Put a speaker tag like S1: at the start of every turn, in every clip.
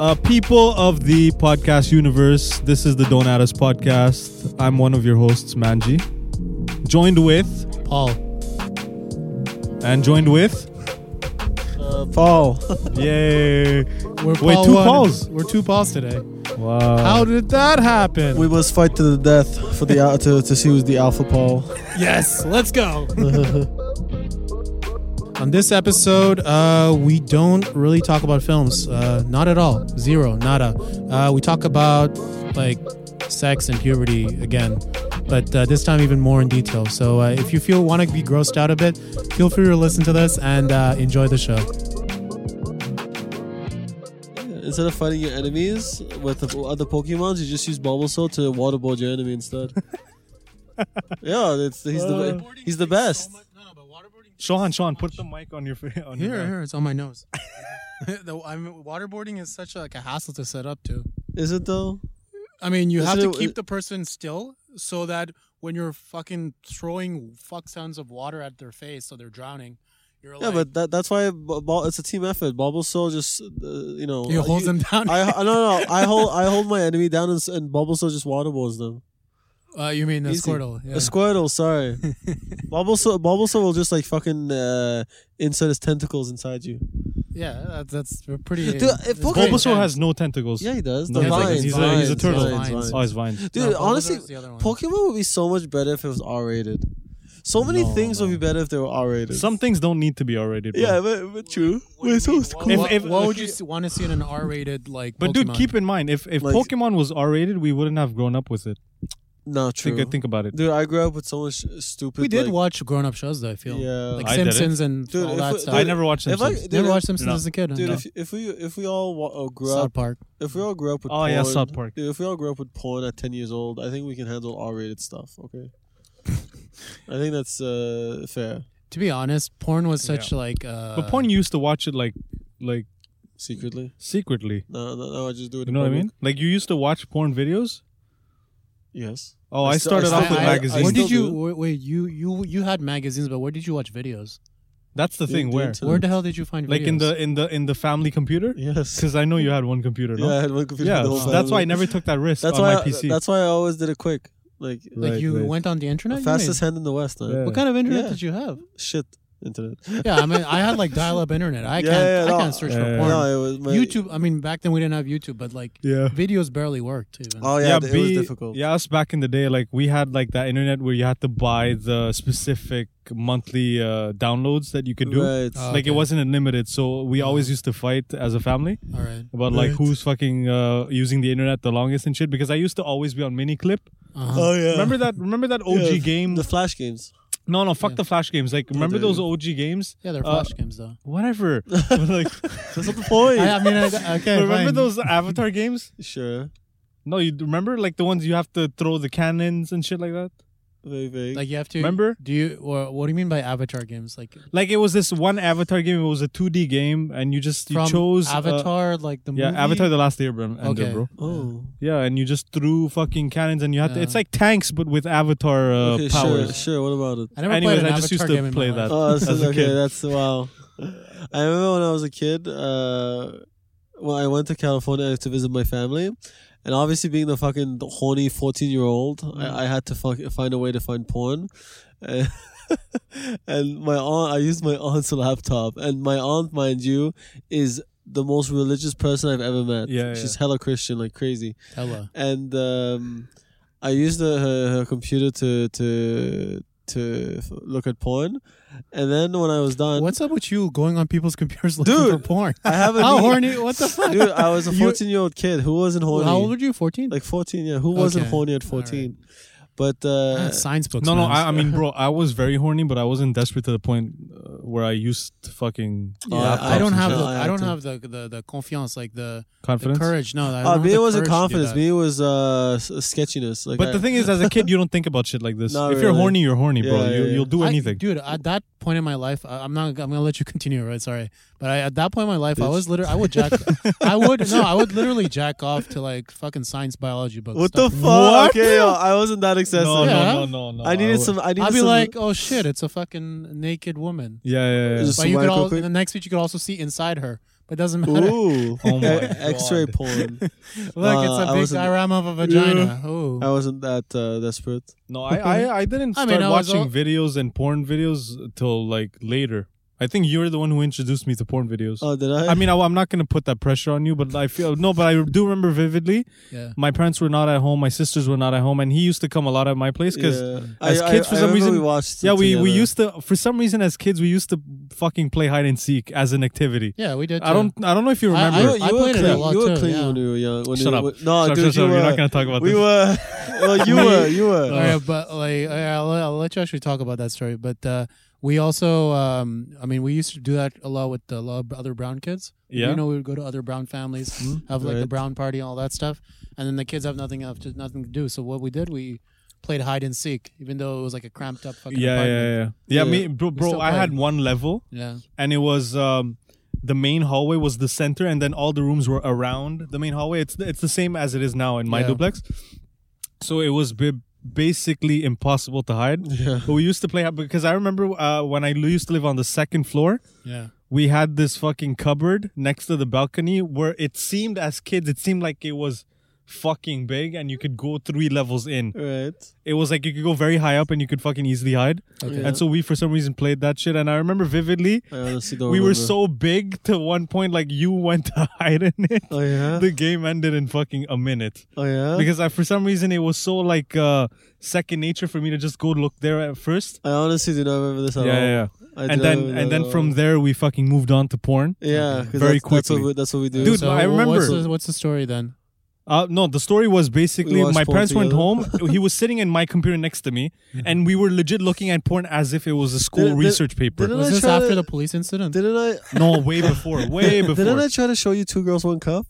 S1: Uh, people of the podcast universe, this is the Don't At Us podcast. I'm one of your hosts, Manji. Joined with,
S2: Paul.
S1: and joined with,
S3: Uh,
S2: Paul.
S1: yay.
S2: We're
S1: Wait,
S2: Paul
S1: two
S2: one.
S1: Pauls.
S2: We're two Pauls today.
S1: Wow.
S2: How did that happen?
S3: We must fight to the death for the al- to, to see who's the alpha Paul.
S2: yes, let's go. On this episode, uh, we don't really talk about films. Uh, not at all. Zero. Nada. Uh, we talk about like sex and puberty again, but uh, this time even more in detail. So uh, if you feel want to be grossed out a bit, feel free to listen to this and uh, enjoy the show.
S3: Instead of fighting your enemies with the other Pokemons, you just use Bulbasaur to waterboard your enemy instead. yeah, it's, he's the
S2: Uh.
S3: he's the best.
S1: Sean, Sean, put the mic on your fa- on your
S2: Here,
S1: back.
S2: here, it's on my nose. the, I mean, waterboarding is such a, like a hassle to set up too.
S3: Is it though?
S2: I mean, you
S3: Is
S2: have
S3: it
S2: to
S3: a-
S2: keep the person still so that when you're fucking throwing fuck tons of water at their face, so they're drowning. You're
S3: Yeah,
S2: like,
S3: but that, that's why bu- bu- it's a team effort. Bulbasaur just uh, you know
S2: you
S3: uh,
S2: hold them down.
S3: I I- no no I hold I hold my enemy down and, s- and Bulbasaur just waterboards them.
S2: uh, you mean the
S3: Easy.
S2: Squirtle? Yeah.
S3: A Squirtle, sorry. Bulbasaur Bulbasaur will just like fucking uh, insert his tentacles inside you.
S2: yeah, uh, that's, that's pretty.
S3: Dude, if
S2: it's
S3: Pokemon-
S2: pretty
S1: Bulbasaur
S2: intense.
S1: has no tentacles.
S3: Yeah, he does.
S1: No,
S3: The
S2: he's like-
S3: vines,
S1: he's a- he's a
S3: vines,
S1: turtle.
S3: vines,
S2: Vines.
S1: Oh, his vines.
S3: Dude,
S2: Bulbasaur's
S3: honestly,
S2: the other one.
S3: Pokemon would be so much better if it was R rated. So many
S1: No,
S3: things
S1: no.
S3: would be better if they were R rated.
S1: Some things don't need to be already. bro.
S3: yeah, but, but true.
S2: What do you
S3: Wait, so
S2: mean?
S3: it's
S2: What-
S3: cool.
S1: If-
S2: what,
S1: if-
S2: what would
S1: if-
S2: you s- want to see in an R-rated like?
S1: But dude,
S2: Pokemon?
S1: keep in mind, if, if
S3: Like-
S1: Pokemon was R rated, we wouldn't have grown up with it.
S3: No, true.
S1: Think think about it.
S3: Dude, I grew up with so much stupid.
S2: We did
S3: like,
S2: watch grown-up shows though. I feel
S3: Yeah.
S2: like
S1: I didn't.
S2: Simpsons and
S3: Dude,
S2: all
S3: if
S2: that
S3: we-
S2: stuff.
S1: I never watched
S3: If I,
S1: Simpsons.
S3: dude,
S2: never
S3: if-
S2: watched Simpsons
S1: No.
S2: as a kid.
S3: Dude,
S2: no.
S3: if, if we if we all wa- uh, grew
S2: South
S3: up
S2: Park.
S3: if we all grew up with
S1: Oh
S3: porn,
S1: yeah, South Park.
S3: Dude, if we all grew up with porn at ten years old, I think we can handle R rated stuff. Okay, I think that's uh, fair.
S2: To be honest, porn was such like. Uh,
S1: But porn, you used to watch it like like
S3: Secretly,
S1: secretly.
S3: no, no, no. I just do it.
S1: You
S3: in
S1: know what I
S3: public.
S1: mean? Like you used to watch porn videos.
S3: Yes.
S1: Oh,
S3: I
S1: I,
S3: still- I
S1: started
S3: still
S1: off with
S3: do. I- I
S1: magazines.
S2: Where did
S3: still
S2: you
S3: do.
S2: wait, wait? You you you had magazines, but where did you watch videos?
S1: That's the
S3: The-
S1: thing.
S3: the
S1: Where?
S3: internet.
S2: Where the hell did you find videos?
S1: Like in the in the in the family computer?
S3: Yes.
S1: Because I know you had one computer.
S3: Yeah, I
S1: No?
S3: had one computer.
S1: Yeah.
S3: the whole
S1: so that's why I
S3: family.
S1: never took that risk
S3: That's
S1: on
S3: why.
S1: my PC.
S3: I, that's why I always did it quick. Like
S2: like
S1: Right,
S2: you
S1: right.
S2: went on the internet.
S3: the
S2: you
S3: fastest
S2: made?
S3: hand in the west. Man.
S1: Yeah.
S2: What kind of internet
S3: Yeah.
S2: did you have?
S3: Shit, internet.
S2: Yeah, I mean, I had like dial-up internet. I
S3: Yeah,
S2: can't
S3: yeah,
S2: I
S3: no.
S2: can't search
S1: Yeah.
S2: for porn.
S3: No, it was my,
S2: YouTube. I mean, back then we didn't have YouTube, but like
S1: yeah.
S2: videos barely worked. Even.
S3: Oh yeah,
S1: yeah,
S3: th- it
S1: B-
S3: was difficult.
S1: yeah, us back in the day, like we had like that internet where you had to buy the specific monthly uh, downloads that you could do.
S3: Right. Uh-huh.
S2: Uh,
S1: Like
S2: Okay.
S1: it wasn't unlimited, so we always used to fight as a family
S2: All right.
S1: about like
S3: Right.
S1: who's fucking uh, using the internet the longest and shit. Because I used to always be on mini clip.
S2: Uh-huh.
S3: oh yeah.
S1: Remember that? Remember that OG
S3: Yeah,
S1: game?
S3: the Flash games?
S1: no, no, fuck
S2: Yeah.
S1: the flash games. Like remember
S3: they-
S1: those OG games?
S2: yeah, they're
S1: uh,
S2: flash games though.
S1: Whatever. like
S3: That's not the point.
S2: I, I mean, I, okay.
S1: remember
S2: fine.
S1: those Avatar games?
S3: sure.
S1: No, you remember like the ones you have to throw the cannons and shit like that.
S3: Very vague.
S2: Like you have to
S1: Remember?
S2: Do you or what do you mean by avatar games? Like
S1: Like it was this one Avatar game. It was a 2D game, and you just you
S2: from
S1: chose uh,
S2: Avatar, like the
S1: yeah,
S2: movie?
S1: Avatar: The Last Airbender,
S2: Okay.
S1: bro.
S3: oh.
S1: Yeah, and you just threw fucking cannons, and you had to.
S2: Yeah.
S1: It's like tanks, but with Avatar uh,
S3: okay, sure,
S1: powers.
S3: sure. What about it?
S2: I never
S1: Anyways,
S2: played an
S1: I just
S2: Avatar
S1: used to
S2: game in my
S1: play
S2: life.
S1: that.
S3: Oh, that's
S1: As a
S3: okay.
S1: kid.
S3: That's wow. I remember when I was a kid, uh, when I went to California to visit my family, and obviously being the fucking horny fourteen year old,
S1: Mm.
S3: I, I had to fuck, find a way to find porn. And, and my aunt, I used my aunt's laptop, and my aunt, mind you, is the most religious person I've ever met.
S1: Yeah,
S3: she's hella Christian, like crazy
S2: Hella.
S3: and um, I used the, her, her computer to to to f- look at porn, and then when I was done,
S2: What's up with you going on people's computers looking
S3: Uh, Dude,
S2: for porn?
S3: I have a
S2: How
S3: need-
S2: horny? What the fuck?
S3: dude. I was a
S2: You-
S3: fourteen year old kid who wasn't horny.
S2: How old were you? 14?
S3: Like fourteen, yeah. Who wasn't
S2: Okay,
S3: horny at
S2: all right.
S3: fourteen? But uh,
S2: Ah, science books.
S1: No, no,
S2: man.
S1: I, I mean, bro, I was very horny, but I wasn't desperate to the point uh, where I used fucking
S3: Yeah,
S1: laptops
S2: I don't
S1: and
S2: have
S1: shit.
S2: the,
S3: No, I
S2: I
S3: had
S2: don't
S3: to.
S2: have the the, the confiance like the, the
S1: confidence.
S2: courage. No, I don't
S3: uh,
S2: have
S3: me
S2: the
S3: it wasn't
S2: courage to do
S3: confidence.
S2: that.
S3: Me it was uh, s- sketchiness. Like,
S1: But
S3: I-
S1: the thing is, as a kid, you don't think about shit like this.
S3: Not
S1: if you're
S3: really.
S1: horny, you're horny, bro.
S3: Yeah,
S1: you,
S3: yeah, yeah.
S1: You'll do
S2: I-
S1: anything.
S2: dude. At that point in my life, I, I'm not. I'm gonna let you continue, right? Sorry, but I, at that point in my life, I
S3: Bitch.
S2: was literally. I would jack. I would no. I would literally jack off to like fucking science biology books.
S3: what the
S2: stuff.
S3: fuck?
S1: What?
S3: Okay, yo, I wasn't that excessive.
S1: no,
S2: Yeah.
S1: no, no, no, no.
S3: I needed
S1: would-
S3: some. I needed
S2: I'd be
S3: some,
S2: like, oh shit, it's a fucking naked woman.
S1: Yeah, yeah, yeah.
S3: Just-
S2: But you
S3: Swipe
S2: could
S3: real
S2: all
S3: quick.
S2: the next week you could also see inside her. But it doesn't matter.
S3: Ooh.
S1: Oh my
S3: X-ray
S1: God.
S3: porn.
S2: Look,
S3: Uh, I
S2: it's a big
S3: wasn't-
S2: diorama of a vagina. Ooh.
S3: I wasn't that uh, desperate.
S1: No, I, I, I didn't
S2: I
S1: start
S2: mean, I was
S1: watching
S2: al-
S1: videos and porn videos till like later. I think you're the one who introduced me to porn videos.
S3: Oh, did I?
S1: I mean, I, am not gonna put that pressure on you, but I feel no. But I do remember vividly.
S2: Yeah.
S1: My parents were not at home. My sisters were not at home, and he used to come a lot at my place because
S3: yeah.
S1: as
S3: I,
S1: kids,
S3: I,
S1: for
S3: I
S1: some
S3: remember
S1: reason-
S3: we watched. it
S1: yeah, we we
S3: together.
S1: used to for some reason as kids we used to fucking play hide and seek as an activity.
S2: Yeah, we did.
S1: I don't I don't know if you
S2: I- I
S1: remember.
S3: You, were-
S2: I
S3: you were
S2: played it a
S3: clean.
S2: lot
S3: you were
S2: too,
S3: clean
S2: yeah.
S3: when you were young. When
S1: Shut
S3: you
S1: up.
S3: Were, no,
S1: Shut up,
S3: dude,
S1: shut up, shut
S3: you
S1: up.
S3: were.
S1: You're not gonna talk about
S3: we
S1: this.
S3: were. Well, you were. You were.
S2: All right, but like I- I'll, I'll let you actually talk about that story. But uh, we also, um, I mean, we used to do that a lot with a lot of other brown kids.
S1: Yeah.
S2: you know, we would go to other brown families, have like the
S3: Hmm. Right.
S2: brown party, and all that stuff, and then the kids have nothing else, just nothing to do. So what we did, we played hide and seek, even though it was like a cramped up fucking
S1: yeah, yeah,
S2: apartment.
S1: yeah, yeah.
S3: Yeah.
S1: Me, bro, bro
S2: still
S1: I had
S2: playing.
S1: one level,
S2: Yeah,
S1: and it was um, the main hallway was the center, and then all the rooms were around the main hallway. It's it's the same as it is now in my
S2: Yeah.
S1: duplex. So it was b- basically impossible to hide.
S3: Yeah.
S1: But we used to play because I remember uh, when I used to live on the second floor.
S2: yeah.
S1: We had this fucking cupboard next to the balcony where it seemed as kids, it seemed like it was fucking big and you could go three levels in.
S3: Right.
S1: It was like you could go very high up and you could fucking easily hide.
S2: Okay.
S1: And so we, for some reason, played that shit. And I remember vividly,
S3: I honestly don't
S1: we were
S3: remember.
S1: so big to one point, like you went to hide in it.
S3: Oh yeah.
S1: The game ended in fucking a minute
S3: oh yeah.
S1: because I, for some reason, it was so like uh, second nature for me to just go look there at first.
S3: I honestly do not remember this at
S1: Yeah,
S3: all.
S1: yeah, yeah.
S3: I do
S1: And
S3: not
S1: then,
S3: remember
S1: and
S3: that
S1: then
S3: at
S1: from
S3: all.
S1: there, we fucking moved on to porn. Very
S3: yeah, 'cause that's, That's
S1: quickly.
S3: what, we, that's what we do.
S1: Dude,
S2: So
S1: I
S2: wh- What's
S1: remember-
S2: the, what's the story then?
S1: Uh, no, the story was basically
S3: We watched
S1: my
S3: porn
S1: parents went
S3: together.
S1: home. he was sitting in my computer next to me, and we were legit looking at porn as if it was a school
S3: Didn't- didn't-
S1: research paper.
S3: didn't
S2: Was
S3: I
S2: this
S3: try
S2: after
S3: to-
S2: the police incident?
S3: Didn't I?
S1: no, way before, way before.
S3: Didn't I try to show you two girls one cup?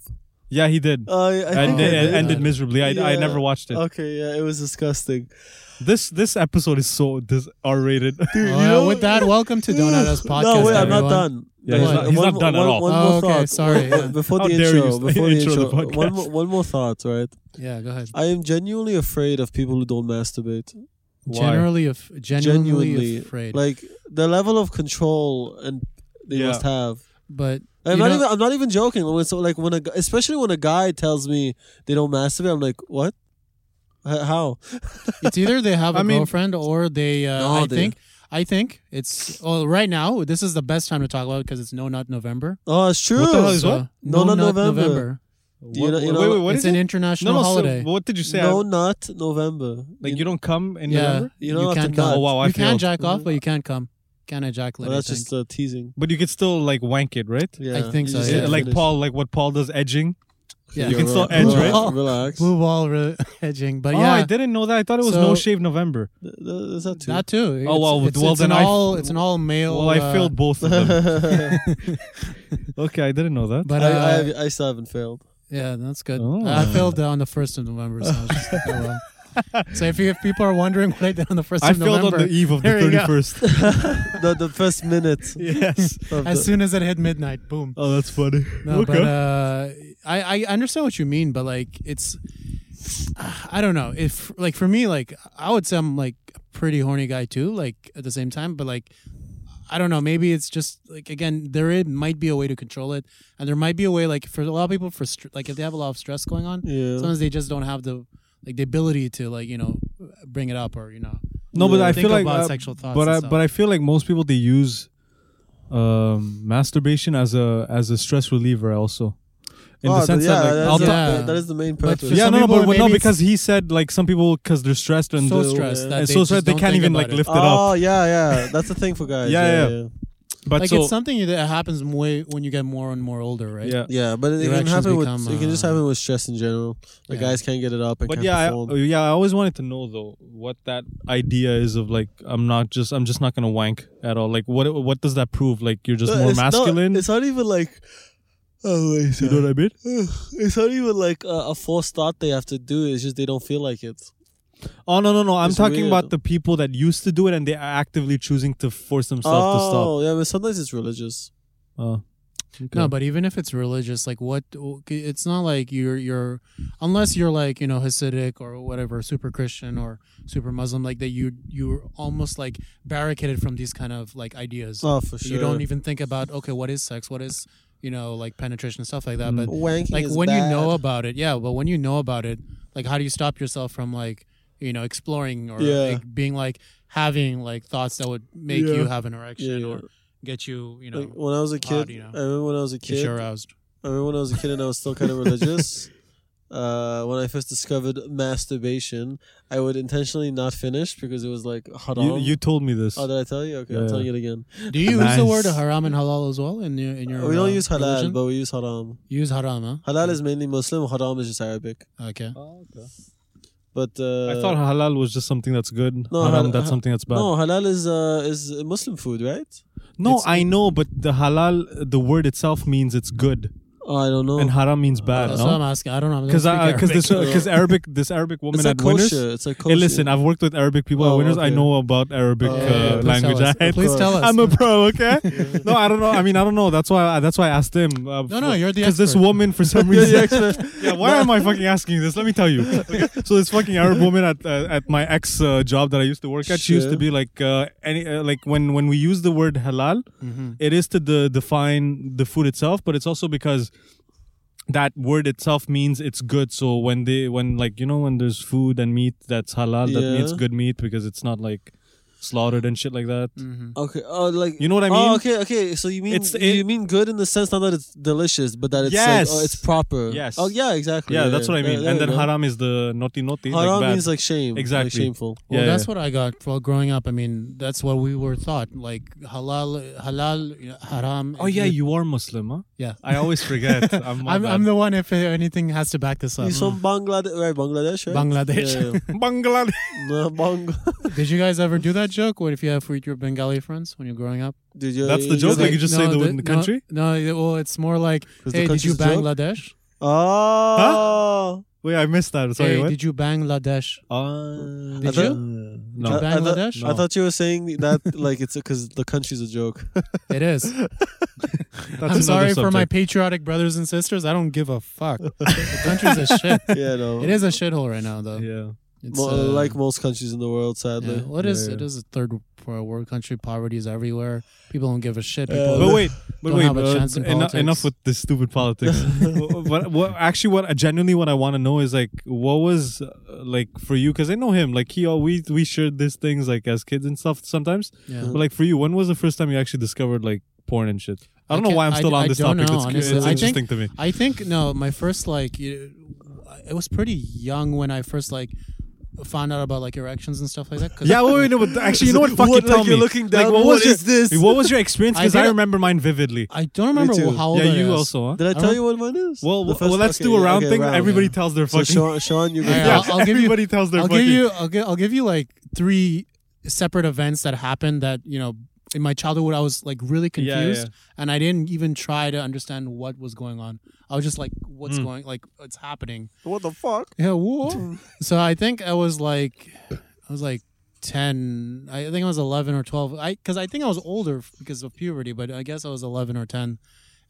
S1: yeah, he did.
S3: Uh, I think
S1: and
S3: I
S1: it
S3: did.
S1: ended miserably. I, I
S3: Yeah.
S1: never watched it.
S3: Okay, yeah, it was disgusting.
S1: This this episode is so dis- R-rated.
S3: Dude,
S2: Well,
S3: you know-
S2: Oh, with that, welcome to Donatos Podcast.
S3: No, wait, I'm
S2: everyone.
S3: not done.
S1: Yeah,
S2: he's
S3: Wait,
S2: not- he's
S3: one
S1: not
S3: mo-
S1: done at
S3: one-
S1: all.
S3: One
S2: Oh,
S3: more
S2: okay,
S3: thought.
S2: sorry,
S3: One-
S2: yeah.
S3: Before
S1: How
S3: the
S1: dare you
S3: intro,
S1: say-
S3: before the
S1: intro the
S3: intro, one,
S1: podcast.
S3: mo- one more thought, right?
S2: Yeah, go ahead.
S3: I am genuinely afraid of people who don't masturbate.
S1: Why?
S2: Generally, af- genuinely,
S3: Genuinely,
S2: afraid.
S3: Like the level of control and they
S1: Yeah.
S3: must have.
S2: but you
S3: I'm not
S2: know-
S3: even. I'm not even joking. When so like when a gu- especially when a guy tells me they don't masturbate, I'm like, what? H- how?
S2: It's either they have a
S1: I mean-
S2: girlfriend or they. Uh,
S3: No,
S2: I
S3: they-
S2: think. I think it's. Well, right now this is the best time to talk about because it's no not November.
S3: Oh, it's true.
S1: What the hell is what?
S2: No,
S3: No
S2: not
S3: Nut
S2: November.
S3: November.
S1: What,
S3: You know- you know-
S1: wait, wait, what
S2: it's
S1: is
S2: an
S1: it?
S2: international
S1: No, no, so
S2: holiday.
S1: what did you say?
S3: no
S1: I-
S3: nut November.
S1: like you don't come in
S2: yeah,
S1: November,
S3: You don't have to
S2: can't
S3: come.
S2: come.
S1: Oh, wow, I
S2: you can
S1: failed.
S2: jack off, but you can't come. Can't ejaculate.
S3: Well, that's
S2: I think.
S3: just uh, teasing.
S1: but you could still like wank it, right?
S3: Yeah,
S2: think
S3: you
S2: so,
S3: just
S2: yeah.
S1: Yeah,
S3: gotta
S1: Like
S3: finish.
S1: Paul, like what Paul does, edging.
S2: yeah.
S1: you can still
S3: rela-
S1: edge,
S3: relax,
S2: right?
S3: Relax.
S2: blue ball re- edging, but
S1: oh,
S2: Uh, yeah,
S1: I didn't know that. I thought it was
S2: So-
S1: no shave November.
S3: Th- th- Is that too?
S2: that too. It's,
S1: Oh, well,
S2: it's,
S1: well,
S2: it's an
S1: then I-
S2: all it's an all male.
S1: Well, I
S2: uh,
S1: failed both of them.
S3: I,
S1: okay, I didn't know that.
S2: But uh,
S3: I, have- I still haven't failed.
S2: Yeah, that's good.
S1: Oh.
S2: I failed on the first of November, so I was just like, oh, well. So if, you, if people are wondering what I did on the first
S1: I
S2: of
S1: failed
S2: November,
S1: on the e- eve of the
S2: There you go.
S1: 31st.
S3: the, the first minute.
S1: yes.
S3: Of
S2: as
S3: the-
S2: soon as it hit midnight, boom.
S1: Oh, that's funny.
S2: No,
S1: okay.
S2: but uh, I I understand what you mean, but like it's, I don't know if like for me like I would say I'm like a pretty horny guy too, like at the same time, but like. I don't know. Maybe it's just like again, there it might be a way to control it, and there might be a way like for a lot of people for str- like if they have a lot of stress going on,
S3: yeah.
S2: sometimes they just don't have the like the ability to like you know bring it up or you know
S1: no, but I
S2: think
S1: feel like,
S2: about
S1: uh,
S2: sexual thoughts
S1: but
S2: and
S1: I,
S2: stuff.
S1: but I feel like most people they use um, masturbation as a as a stress reliever also, in
S3: Oh,
S1: the
S3: th-
S1: sense
S3: yeah,
S1: that like
S3: that's
S1: I'll
S3: the-
S1: ta-
S2: Yeah.
S3: that- that is the main
S2: But
S3: purpose.
S2: for
S1: yeah,
S2: some
S1: no, no,
S2: people,
S1: but well, no,
S2: maybe it's-
S1: because he said like some people because they're stressed and
S2: so
S1: they'll-
S2: stressed that
S1: and
S2: they
S1: so
S2: just
S1: stressed they
S2: don't
S1: can't
S2: think
S1: even
S2: about
S1: like
S2: it.
S1: lift it up.
S3: oh yeah, yeah. That's the thing for guys.
S1: Yeah,
S3: yeah,
S1: yeah.
S3: yeah.
S1: But
S2: like
S1: so
S2: it's something that happens way when you get more and more older right
S1: yeah,
S3: Yeah, but it, it
S2: Your
S3: can
S2: actions
S3: happen with
S2: become,
S3: it can just
S2: uh,
S3: happen with stress in general. Like
S2: yeah.
S3: guys can't get it up and
S1: but
S3: can't
S1: yeah, I, oh,
S3: perform.
S1: yeah. I always wanted to know though what that idea is of like I'm not just I'm just not gonna wank at all. Like what what does that prove? Like you're just
S3: No,
S1: more
S3: it's not-
S1: masculine.
S3: it's not even like. Oh wait,
S1: you know what I mean?
S3: it's not even like a, a forced thought they have to do. It's just they don't feel like it.
S1: Oh no no no! I'm
S3: It's
S1: talking
S3: weird.
S1: about the people that used to do it and they are actively choosing to force themselves
S3: oh yeah, but sometimes it's religious.
S1: to stop. Oh. Okay.
S2: no but even if it's religious like what it's not like you're you're unless you're like you know hasidic or whatever super christian or super muslim like that you you're almost like barricaded from these kind of like ideas
S3: Oh for sure.
S2: you don't even think about okay what is sex what is you know, like penetration stuff like that.
S1: Mm.
S2: But
S3: Wanking
S2: like
S3: is
S2: when you know
S3: bad.
S2: about it, yeah. But when you know about it, like how do you stop yourself from like you know exploring or
S3: Yeah.
S2: like, being like having like thoughts that would make
S3: Yeah.
S2: you have an erection
S3: Yeah,
S2: or get you you know
S3: like, oh, when I was a
S2: hot,
S3: kid,
S2: you know.
S3: I remember when I was a
S2: get
S3: kid,
S2: you aroused.
S3: I remember when I was a kid and I was still kind of religious. Uh, when I first discovered masturbation, I would intentionally not finish because it was like haram.
S1: You, you told me this.
S3: oh, did I tell you? Okay, I'm
S1: Yeah.
S3: telling it again.
S2: Do you use the word
S1: Nice.
S2: haram and halal as well in your in your?
S3: we don't
S2: uh,
S3: use halal,
S2: religion?
S3: but we use haram.
S2: You use haram, huh?
S3: Halal is mainly Muslim. Haram is just Arabic.
S2: Okay.
S3: But uh,
S1: I thought halal was just something that's good.
S3: No,
S1: haram,
S3: hal-
S1: that's
S3: ha-
S1: something that's bad.
S3: no, halal is uh, is Muslim food, right?
S1: No,
S3: It's-
S1: I know, but the halal, the word itself means it's good,
S3: Oh, I don't know.
S1: and haram means bad.
S2: That's what I'm
S1: No,
S2: asking. I don't know.
S1: because because this
S3: Arabic.
S1: because Arabic this Arabic woman
S3: it's like
S1: at Winners.
S3: kosher. It's like
S1: Hey,
S3: kosher.
S1: listen, I've worked with Arabic people
S3: Oh,
S1: at Winners. I
S3: okay.
S1: know about Arabic
S3: Oh,
S1: uh,
S3: yeah, yeah, please
S1: language.
S2: Tell us.
S1: I,
S2: Please tell us.
S1: I'm a pro, okay? no, I don't know. I mean, I don't know. That's why. I, that's why I asked him. Uh,
S2: No, no, you're the
S1: Because this
S2: expert.
S1: woman, for some
S3: You're the
S1: reason,
S3: expert.
S1: yeah, why am I fucking asking you this? Let me tell you. Okay, So this fucking Arab woman at uh, at my ex uh, job that I used to work at, she used
S3: Sure.
S1: to be like, uh, any uh, like when when we use the word halal, it is to de- define the food itself, but it's also because that word itself means it's good. So when they when like you know when there's food and meat that's halal, that means
S3: Yeah.
S1: good meat because it's not like slaughtered and shit like that.
S3: Okay. Oh, like
S1: You know what I
S3: Oh,
S1: mean?
S3: okay. Okay. So you mean
S1: It's-
S3: you
S1: it-
S3: mean good in the sense not that it's delicious, but that it's
S1: Yes.
S3: like, oh, it's proper.
S1: Yes.
S3: Oh yeah, exactly.
S1: Yeah, that's what I
S3: There-
S1: mean.
S3: there
S1: and
S3: you
S1: then
S3: go.
S1: haram is the naughty naughty.
S3: Haram
S1: like bad.
S3: means like shame. like
S1: Exactly.
S3: shameful.
S2: Well,
S1: Yeah,
S2: that's
S1: yeah.
S2: what I got while growing up. I mean, that's what we were taught. Like halal, halal, you know, haram.
S1: Oh yeah, you are Muslim, huh?
S2: yeah.
S1: I always forget. I'm,
S2: I'm, I'm the one. If anything has to back this up, Hmm.
S3: He's
S1: mm.
S3: from Bangladesh, right? Bangladesh, right?
S2: Bangladesh.
S3: Yeah, yeah.
S1: Bangladesh.
S3: No, Bang-
S2: Did you guys ever do that joke? What if you have with your Bengali friends when you're growing up?
S3: Dude, you're-
S1: That's the
S3: you're
S1: joke, like, you just say the- the
S2: no,
S1: country?
S2: No, it- well, it's more like,
S3: 'Cause the
S2: hey, did
S3: country's
S2: you
S3: a joke?
S2: Bangladesh?
S3: Oh.
S1: Wait, I missed that. Sorry,
S2: hey,
S1: what?
S2: did you Bangladesh?
S1: Uh, I
S2: Did you?
S1: thought- No.
S2: Did you
S3: I- I, thought-
S2: Bangladesh?
S3: I thought you were saying that like it's because the country's a joke.
S2: It is.
S1: That's another
S2: I'm sorry for my
S1: subject.
S2: patriotic brothers and sisters. I don't give a fuck. the country's a shit.
S3: yeah, no.
S2: It is a shithole right now, though.
S1: Yeah.
S2: It's,
S3: Mo-
S2: uh,
S3: like most countries in the world, sadly.
S2: Yeah. Well, it is.
S1: Yeah,
S2: It
S1: yeah.
S2: is a third for world country. Poverty is everywhere. People don't give a shit.
S3: Uh,
S2: People,
S1: But wait, but
S2: Don't
S1: wait,
S2: have a
S1: uh,
S2: chance in
S1: eno-
S2: politics.
S1: enough with the stupid politics. what, what, actually, what genuinely what I want to know is like, what was uh, like for you? Because I know him. Like he, al- we we shared these things like as kids and stuff sometimes.
S2: Yeah.
S1: But like for you, when was the first time you actually discovered like porn and shit? I don't know
S2: can't-
S1: why I'm
S2: I-
S1: still
S2: I
S1: on this
S2: don't
S1: topic.
S2: know,
S1: it's,
S2: honestly.
S1: it's
S2: I think-
S1: interesting to me.
S2: I think no. My first like, you- it was pretty young when I first like found out about like erections and stuff like that. 'cause
S1: Yeah, wait, wait, no, but actually, you know what? Fucking
S3: What,
S1: tell
S3: like,
S1: me.
S3: you're looking down,
S1: what,
S3: what
S1: was your-
S3: is this?
S1: What was your experience?
S2: I
S1: Because I,
S2: didn't-
S1: remember mine vividly.
S2: I don't remember
S3: too.
S2: how old.
S1: Yeah,
S2: I
S1: you
S2: was.
S1: also. Huh?
S3: Did I
S2: I
S3: tell
S2: don't-
S3: you what mine is?
S1: Well,
S3: The
S1: well,
S3: first-
S1: let's do
S3: okay,
S1: a round
S3: okay,
S1: thing.
S3: round,
S1: Everybody
S3: yeah.
S1: tells their
S3: So
S1: fucking.
S3: Sean, Sean, you go
S2: Yeah,
S1: yeah,
S2: I'll- I'll give you-
S1: everybody tells their
S2: I'll
S1: fucking.
S2: give you. I'll, gi- I'll give you like three separate events that happened that you know in my childhood I was like really
S1: Yeah, yeah.
S2: confused and I didn't even try to understand what was going on. I was just like, what's
S1: Mm.
S2: going? Like what's happening?
S3: What the fuck?
S2: Yeah. Whoa. so I think I was like, I was like ten. I think I was eleven or twelve. I because I think I was older because of puberty, but I guess I was eleven or ten.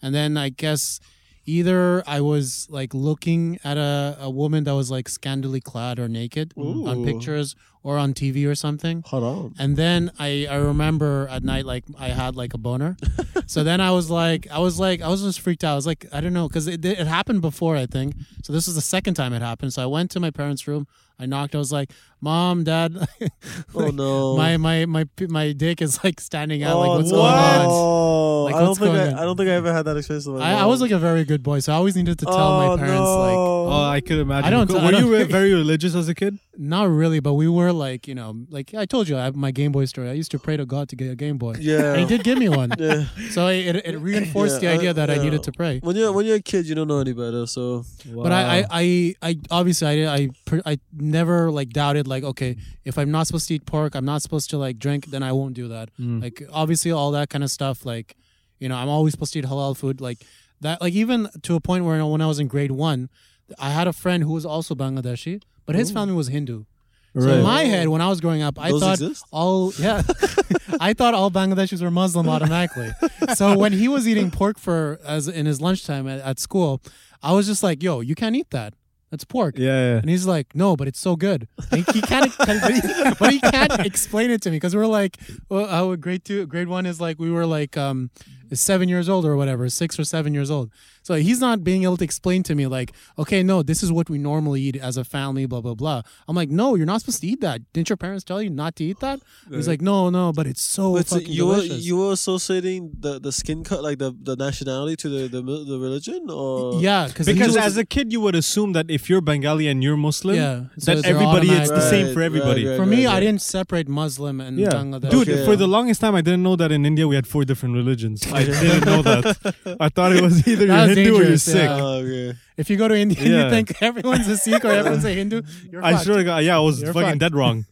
S2: And then I guess either I was like looking at a, a woman that was like scandally clad or naked on
S3: Ooh.
S2: pictures or on TV or something.
S3: Haram.
S2: And then I, I remember at night like I had like a boner, so then I was like I was like I was just freaked out. I was like I don't know because it, it happened before I think. So this was the second time it happened. So I went to my parents' room. I knocked. I was like, Mom, Dad,
S3: Oh no.
S2: my my my my dick is like standing out.
S3: Oh,
S2: like what's
S3: no.
S2: going on?
S3: Oh,
S2: Like,
S3: I don't
S2: what's
S3: think
S2: going
S3: I,
S2: on?
S3: I don't think I ever had that experience. With my
S2: I, I
S3: mom.
S2: was like a very good boy, so I always needed to tell my
S3: Oh,
S2: parents like
S1: Oh, I could imagine.
S2: I don't-
S1: Were
S2: I don't-
S1: you re- very religious as a kid?
S2: not really, but we were like you know like I told you I, my Game Boy story. I used to pray to God to get a Game Boy.
S3: yeah.
S2: And he did give me one.
S3: yeah.
S2: So it, it reinforced
S3: Yeah,
S2: the idea
S3: I-
S2: that I
S3: yeah.
S2: needed to pray.
S3: When you're when you're a kid, you don't know any better. So
S2: But I, I, I, I obviously I, I, pr- I never like doubted like okay if I'm not supposed to eat pork I'm not supposed to like drink then I won't do that
S1: Mm.
S2: like obviously all that kind of stuff like you know I'm always supposed to eat halal food like that like even to a point where when I was in grade one I had a friend who was also Bangladeshi but his family was Hindu so in
S1: Right.
S2: my head when I was growing up I
S3: Those
S2: thought
S3: exist?
S2: all yeah I thought all Bangladeshis were Muslim automatically so when he was eating pork for as in his lunchtime at, at school I was just like yo you can't eat that that's pork
S1: yeah,
S2: and he's like, no, but it's so good. And he can't, but he- but he can't explain it to me because we're like, well, our grade two, grade one is like we were like um, is seven years old or whatever, six or seven years old. So he's not being able to explain to me like, okay, no, this is what we normally eat as a family, blah blah blah. I'm like, no, you're not supposed to eat that. Didn't your parents tell you not to eat that? He's like, no, no, but it's so
S3: But
S2: fucking
S3: you were
S2: delicious.
S3: you were associating the, the skin cut like the, the nationality to the, the mi- the religion or
S2: yeah, cause he
S1: Because
S2: was-
S1: as a kid, you would assume that if you're Bengali and you're Muslim,
S2: Yeah, so
S1: that
S2: they're
S1: everybody it's the
S2: automatic-
S1: same for
S3: Right,
S1: everybody.
S3: right, right.
S2: for me, I didn't separate Muslim and
S1: Yeah,
S2: Bangladesh.
S1: dude.
S3: Okay.
S1: For the longest time, I didn't know that in India we had four different religions. I didn't know that. I thought it was either you're
S2: That was
S1: Hindu or you're
S2: dangerous,
S1: sick.
S2: yeah.
S3: Oh, okay.
S2: If you go to India and you
S1: Yeah.
S2: think everyone's a Sikh or everyone's a Hindu, you're
S1: I
S2: fucked.
S1: swear to God, yeah, I was
S2: You're
S1: fucking
S2: fucked.
S1: dead wrong.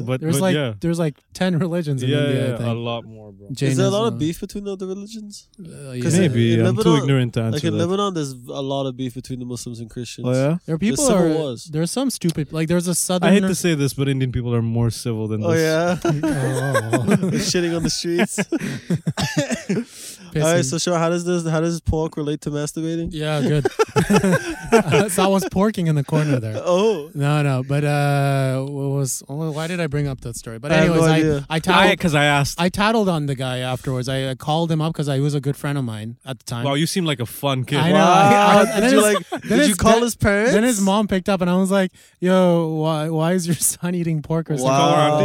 S1: But,
S2: There's
S1: but
S2: like
S1: yeah,
S2: there's like ten religions in
S1: yeah,
S2: India.
S1: yeah,
S2: I
S1: a
S2: think.
S1: lot more, bro.
S3: Is there a lot
S2: Jainism,
S3: of beef between the, the religions?
S2: uh,
S3: Because
S2: yeah.
S1: Maybe
S3: in
S1: I'm too
S3: Lebanon-
S1: ignorant to answer
S3: Like in
S1: that.
S3: Lebanon, there's a lot of beef between the Muslims and Christians.
S1: Oh yeah,
S2: There are people
S3: civil
S2: are
S3: wars.
S2: there's some stupid like there's a southern.
S1: I hate to say this, but Indian people are more civil than
S3: Oh
S1: this.
S3: yeah,
S2: oh,
S3: shitting on the streets. All right, so sure. How does this? How does pork relate to masturbating?
S2: yeah, good. so I was porking in the corner there.
S3: Oh,
S2: No, no, but uh, what was oh, why did I bring up that story? But
S3: I have no
S2: anyways, I
S3: idea.
S2: I,
S1: I
S2: tattled,
S1: because I asked.
S2: I tattled on the guy afterwards. I, I called him up because I he was a good friend of mine at the time.
S1: wow, you seem like a fun kid.
S2: I know. Uh, I- I-
S3: wow.
S2: and
S3: did
S2: then
S3: you
S2: it's-
S3: like?
S2: then
S3: Did you
S2: it's-
S3: call
S2: then-
S3: his parents?
S2: Then his mom picked up and I was like, "Yo, why why is your son eating pork or something?"
S3: Wow.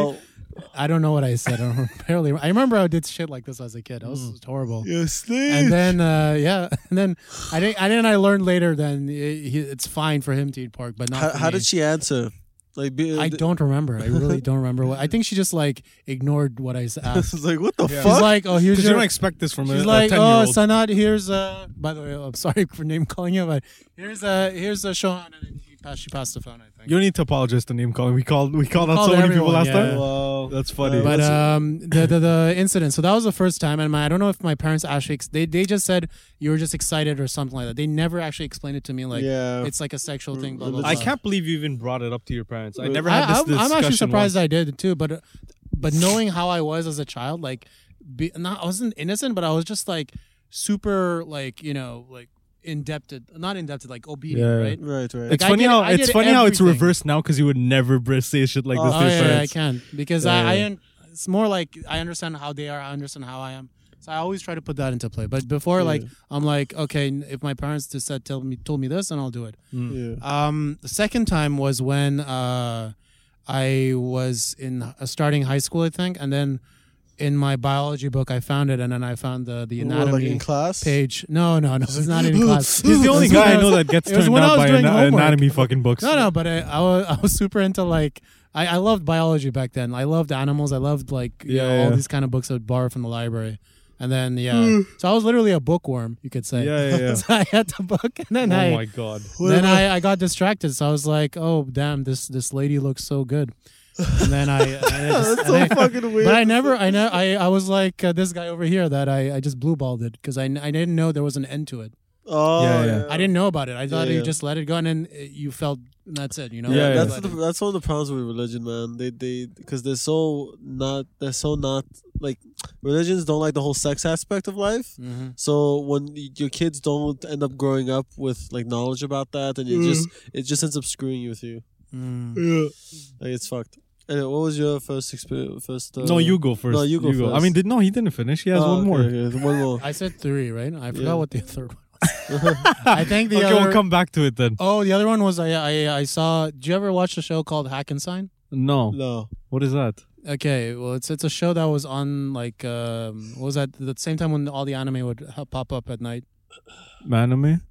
S2: I don't know what I said. I don't barely. I remember I did shit like this as a kid. That
S3: Mm.
S2: was horrible.
S3: You
S2: And
S3: sleep.
S2: then uh, yeah, and then I think I then I learned later then i- he- it's fine for him to eat pork, but not.
S3: How,
S2: for
S3: how
S2: me.
S3: did she answer? Like, be,
S2: I don't remember. I really don't remember. What, I think she just like ignored what I s- asked.
S3: It's like, what the
S1: Yeah.
S3: fuck?
S2: She's like, "Oh, here's
S1: Because you
S2: your."
S1: don't expect this from a,
S2: She's
S1: a
S2: like, "Oh,
S1: ten-year-old.
S2: Sanat, here's uh." By the way, I'm sorry for name calling you, but here's uh, here's uh, Shohan, and then he passed, she passed the phone. I think.
S1: you don't need to apologize to name calling. We called we called out
S2: Called
S1: so many
S2: everyone,
S1: people last
S2: yeah.
S1: time.
S3: wow.
S1: That's funny.
S2: but
S3: What's-
S2: um, the, the the incident. So that was the first time, and my, I don't know if my parents actually ex- they they just said you were just excited or something like that. They never actually explained it to me like
S3: yeah.
S2: it's like a sexual thing. Blah, blah,
S3: religious-
S2: blah.
S1: I can't believe you even brought it up to your parents. I
S3: Wait.
S1: never had this
S2: I, am
S1: discussion.
S2: actually
S1: once.
S2: surprised I did too, but but knowing how I was as a child, like, be, not I wasn't innocent, but I was just like super, like you know, like indebted, not indebted, like obedient,
S1: Yeah.
S2: right?
S3: right, right.
S1: It's
S2: I
S1: funny
S2: did-
S1: how
S2: I
S1: it's
S2: did
S1: funny how it's
S2: everything.
S1: reversed now because you would never br- say shit like this
S3: Oh,
S1: to
S2: Oh
S1: your
S2: yeah, I
S1: parents.
S2: can because
S1: Yeah,
S2: I, I
S1: yeah.
S2: un- it's more like I understand how they are, I understand how I am. So I always try to put that into play. But before, like,
S3: Yeah.
S2: I'm like, okay, n- if my parents just said, tell me, told me this, then I'll do it.
S3: yeah.
S2: Um, the second time was when uh, I was in uh, starting high school, I think, and then in my biology book, I found it, and then I found the the
S3: Well,
S2: anatomy
S3: like in class.
S2: page. No, no, no, it's not in class.
S1: He's the only
S2: It was when
S1: guy I
S2: was-
S1: know that gets
S2: it was
S1: turned
S2: when I
S1: out
S2: was
S1: by
S2: doing
S1: ana-
S2: homework.
S1: anatomy fucking books.
S2: No, no, but I, I, was, I was super into like I, I loved biology back then. I loved animals. I loved like you
S1: Yeah,
S2: know, all
S1: yeah. Mm.
S2: these kind of books I'd borrow from the library. And then yeah, so I was literally a bookworm, you could say.
S1: Yeah, yeah, yeah.
S2: so I had the book, and then
S1: Oh
S2: I
S1: my god.
S2: then I, I got distracted. So I was like, oh damn, this this lady looks so good. And then I, and I just-
S3: That's
S2: and I-
S3: so fucking weird.
S2: but I never, I know, I, I was like uh, this guy over here that I, I just blue balled it because I, I didn't know there was an end to it.
S3: oh,
S1: Yeah, yeah.
S2: I didn't know about it. I thought
S3: Yeah,
S2: you
S3: yeah.
S2: just let it go, and then uh, you felt and that's it. You know,
S1: Yeah,
S3: that's
S2: But-
S3: the, that's one of the problems with religion, man. They they because they're so not they're so not like religions don't like the whole sex aspect of life.
S2: Mhm.
S3: So when y- your kids don't end up growing up with like knowledge about that, and it just
S1: Mm.
S3: it just ends up screwing you with you.
S2: Mm.
S3: Yeah, like it's fucked. Anyway, what was your first experience? First, uh,
S1: No, you go first.
S3: no, you go
S1: I
S3: first.
S1: mean, did no, he didn't finish. He has
S3: Oh,
S1: one more.
S3: okay, okay, one more.
S2: I said three, right? I forgot
S3: Yeah.
S2: what the third one. Was. I think the
S1: okay,
S2: other.
S1: we'll come back to it then.
S2: oh, the other one was I, I I saw. Did you ever watch a show called Hack and Sign?
S1: No,
S3: No,
S1: what is that?
S2: Okay, well, it's it's a show that was on like um, what was that the same time when all the anime would ha- pop up at night.
S1: Anime.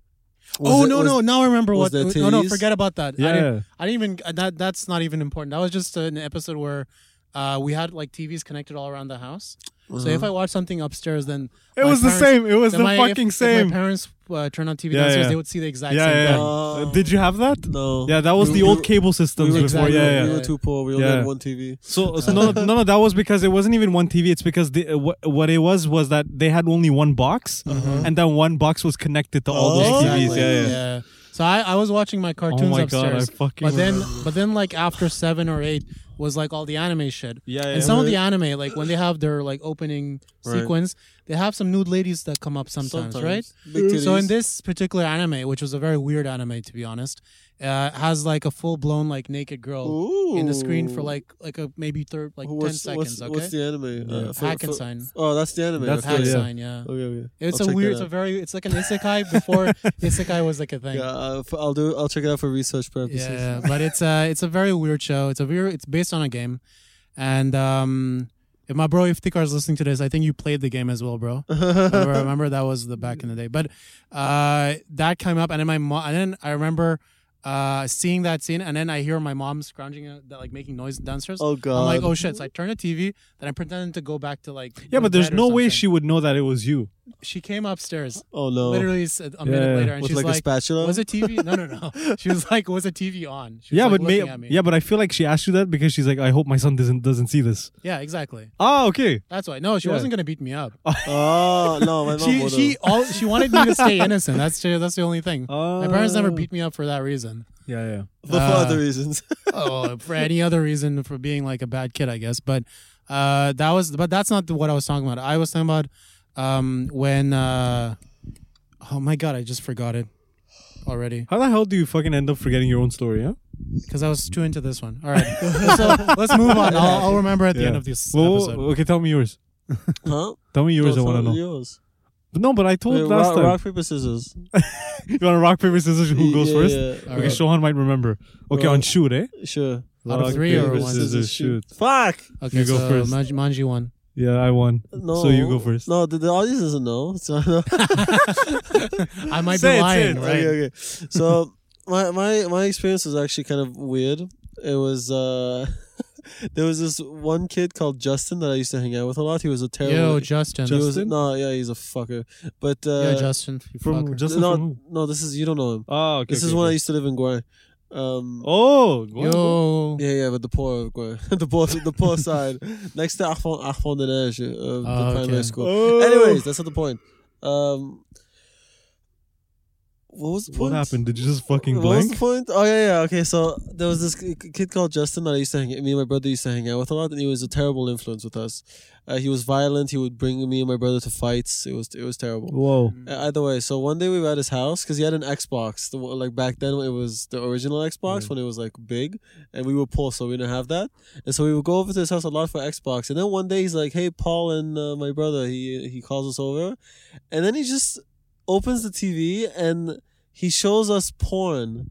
S3: Was
S2: oh
S3: it-
S2: no
S3: was-
S2: no! Now I remember
S3: was
S2: what. oh,
S3: there
S2: No no,
S3: titties?
S2: forget about that. I didn't,
S1: Yeah.
S2: I didn't even uh, that. That's not even important. That was just an episode where uh, we had like TVs connected all around the house. So
S3: uh-huh.
S2: if I watch something upstairs, then
S1: It
S2: my
S1: was the
S2: parents-
S1: same. It was
S2: then
S1: Uh-huh. the
S2: my- if-
S1: fucking
S2: if
S1: same.
S2: my parents uh, turned on TV
S1: Yeah,
S2: downstairs,
S1: yeah.
S2: they would see the exact
S1: Yeah,
S2: same
S1: yeah,
S2: thing.
S1: yeah.
S3: Uh,
S1: Uh, Did you have that?
S3: no,
S1: Yeah, that was
S3: We-
S1: the
S3: we-
S1: old cable systems
S3: we were,
S1: before.
S3: we
S2: exactly-
S1: Yeah, yeah.
S3: were- we were too poor. We only
S1: Yeah.
S3: had one TV.
S1: So, so no, no, no, that was because it wasn't even one TV. It's because they, uh, wh- what it was was that they had only one box,
S2: Uh-huh.
S1: and that one box was connected to all
S3: Oh.
S1: those TVs.
S2: Exactly,
S1: Yeah, yeah.
S2: So I, I was watching my cartoons
S1: Oh my god, I
S2: upstairs.
S1: fucking.
S2: but then but then like after seven or eight was like all the anime shit.
S1: yeah, yeah.
S2: And some of the anime, like when they have their like opening
S3: Right.
S2: sequence, they have some nude ladies that come up sometimes, right?
S3: Big
S2: So in
S3: titties.
S2: this particular anime, which was a very weird anime to be honest, uh, has like a full blown like naked girl in the screen for
S3: Ooh.
S2: like like a maybe third like ten
S3: What's-
S2: seconds.
S3: What's,
S2: okay,
S3: what's the anime? Uh, for- for-
S2: Hackensign.
S3: Oh, that's the anime.
S1: That's
S3: okay.
S1: the- yeah.
S2: Hackensign, yeah.
S3: Okay, okay.
S2: It's
S3: I'll
S2: a
S3: check
S2: weird.
S3: that
S2: It's a
S3: out.
S2: very. It's like an isekai before isekai was like a thing.
S3: Yeah, uh, f- I'll do. I'll check it out for research purposes.
S2: Yeah, but it's a it's a very weird show. It's a weird. It's based on a game, and um, if my bro Iftikhar is listening to this, I think you played the game as well, bro. remember, remember that was the back in the day. But uh, that came up, and then my mom, and then I remember uh seeing that scene, and then I hear my mom scrounging, uh, that, like making noise downstairs.
S3: Oh god.
S2: I'm like, oh shit! So I turn the TV, then I pretended to go back to like.
S1: Yeah, but there's
S2: bed or
S1: no way
S2: something.
S1: she would know that it was you.
S2: she came upstairs
S3: Oh, no.
S2: literally s- a
S1: Yeah.
S2: minute later, and
S3: With
S2: she's
S3: like,
S2: like,
S3: a spatula.
S2: was a TV? No, no, no. She was like, was a TV on? She was,
S1: yeah,
S2: like,
S1: but may-
S2: looking at me.
S1: yeah, but I feel like she asked you that because she's like, I hope my son doesn't doesn't see this.
S2: yeah, exactly.
S1: Ah, okay.
S2: That's why. No, she
S1: Yeah.
S2: wasn't gonna beat me up.
S3: Oh no, my mom
S2: she
S3: would've.
S2: she all she wanted me to stay innocent. That's the- that's the only thing.
S1: Oh.
S2: My parents never beat me up for that reason.
S1: Yeah, yeah.
S3: But for
S2: uh,
S3: other reasons.
S2: oh, for any other reason for being like a bad kid, I guess. But uh, that was, but that's not what I was talking about. I was talking about um, when. Uh, oh my god, I just forgot it already.
S1: How the hell do you fucking end up forgetting your own story? Huh?
S2: because I was too into this one. All right, so let's move on. I'll, I'll remember at the
S1: Yeah.
S2: end of this
S1: Well,
S2: episode.
S1: okay, tell me yours.
S3: huh?
S1: Tell me yours. I want to know.
S3: Yours.
S1: But no, but I told
S3: Wait,
S1: last
S3: rock,
S1: time.
S3: rock paper scissors.
S1: You want to rock paper scissors? Who goes
S3: Yeah,
S1: first?
S3: yeah.
S1: Okay,
S2: Alright.
S1: Shohan might remember. Okay,
S3: Rock.
S1: on shoot, eh?
S3: Sure.
S2: Out of
S1: Rock,
S2: Uh, three or
S1: paper,
S2: one?
S1: scissors, shoot.
S3: Fuck.
S2: Okay,
S1: you go
S2: so
S1: first.
S2: Manji, Manji won.
S1: Yeah, I won.
S3: No.
S1: So you go first.
S3: No, the, the audience doesn't know. So
S2: I might
S1: Say it, say
S2: be lying,
S1: it.
S2: right?
S3: Okay, okay. So my my my experience was actually kind of weird. It was uh there was this one kid called Justin that I used to hang out with a lot. He was a terrible
S2: Yo, Justin.
S3: he was,
S1: Justin?
S3: no, yeah, he's a fucker. But uh
S2: Yo, Justin. you
S1: From
S2: fucker.
S1: Justin
S3: no,
S1: from who?
S3: no, this is you don't know him.
S1: Oh, okay.
S3: this
S1: okay,
S3: is when I
S1: okay.
S3: used to live in Guay. Um
S1: Oh, go on, go on.
S2: Yo.
S3: Yeah, yeah, but the poor of Guay. the poor the poor side. Next to Arfon Arfon de Neige uh, the
S2: Ah,
S3: primary
S2: okay.
S3: school.
S1: Oh.
S3: Anyways, that's not the point. Um what was the
S1: what
S3: point?
S1: happened? Did you just fucking
S3: what was the
S1: blank?
S3: point? Oh yeah, yeah. Okay, so there was this k- kid called Justin that I used to hang. Me and my brother used to hang out with a lot, and he was a terrible influence with us. Uh, he was violent. He would bring me and my brother to fights. It was it was terrible.
S1: Whoa.
S3: Uh, Either way, so one day we were at his house because he had an Xbox. The, one- like back then, it was the original Xbox
S1: Mm.
S3: when it was like big, and we were poor, so we didn't have that. And so we would go over to his house a lot for Xbox. And then one day he's like, "Hey, Paul and uh, my brother," he he calls us over, and then he just opens the TV and he shows us porn,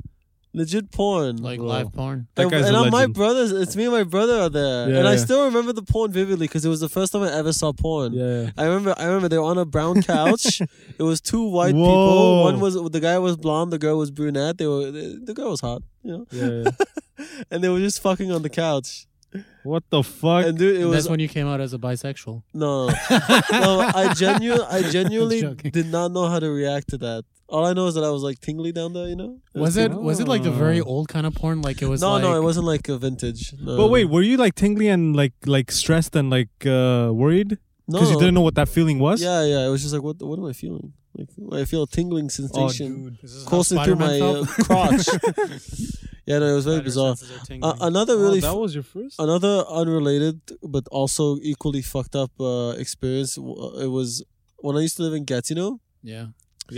S3: legit porn,
S2: Like
S1: Bro.
S2: live porn.
S1: That
S3: and,
S1: guy's
S3: and
S1: a
S3: I'm my
S1: legend.
S3: brothers. It's me and my brother are there,
S1: Yeah,
S3: and I
S1: yeah.
S3: still remember the porn vividly because it was the first time I ever saw porn.
S1: Yeah.
S3: I remember. I remember they were on a brown couch. it was two white people.
S1: Whoa.
S3: One was the guy was blonde. The girl was brunette. They were the, the girl was hot, you know.
S1: Yeah. yeah.
S3: And they were just fucking on the couch.
S1: what the fuck?
S3: And dude, it
S2: That's
S3: was
S2: when you came out as a bisexual.
S3: no, no. no I genuinely, I genuinely
S2: joking.
S3: did not know how to react to that. All I know is that I was like tingly down there, you know.
S2: Was it? Was it like the
S1: Ah.
S2: very old kind of porn? Like it was.
S3: No,
S2: like,
S3: no, it wasn't like a vintage. No,
S1: but
S2: Um,
S1: wait, were you like tingly and like like stressed and like uh worried
S3: no,
S1: because you didn't know what that feeling was?
S3: Yeah, yeah. It was just like, what? What am I feeling? Like, I feel a tingling sensation
S2: This Oh, is how
S3: coursing through my
S2: Spider-Man
S3: uh,
S2: felt.
S3: crotch. yeah, no, it was very
S2: Spider
S3: bizarre.
S2: senses are tingling.
S3: Uh, another really
S1: that was your
S2: Uh,
S1: first.
S3: another unrelated but also equally fucked up uh, experience w- uh, it was when i used to live in gatineau
S2: yeah.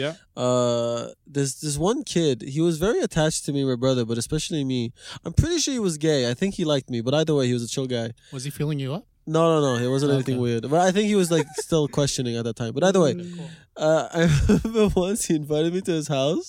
S1: yeah.
S3: uh there's this one kid he was very attached to me and my brother but especially me i'm pretty sure he was gay i think he liked me but either way he was a chill guy
S2: Was he feeling you up?
S3: no no no it wasn't anything
S2: Okay.
S3: weird but i think he was like still questioning at that time but either way uh, I remember once he invited me to his house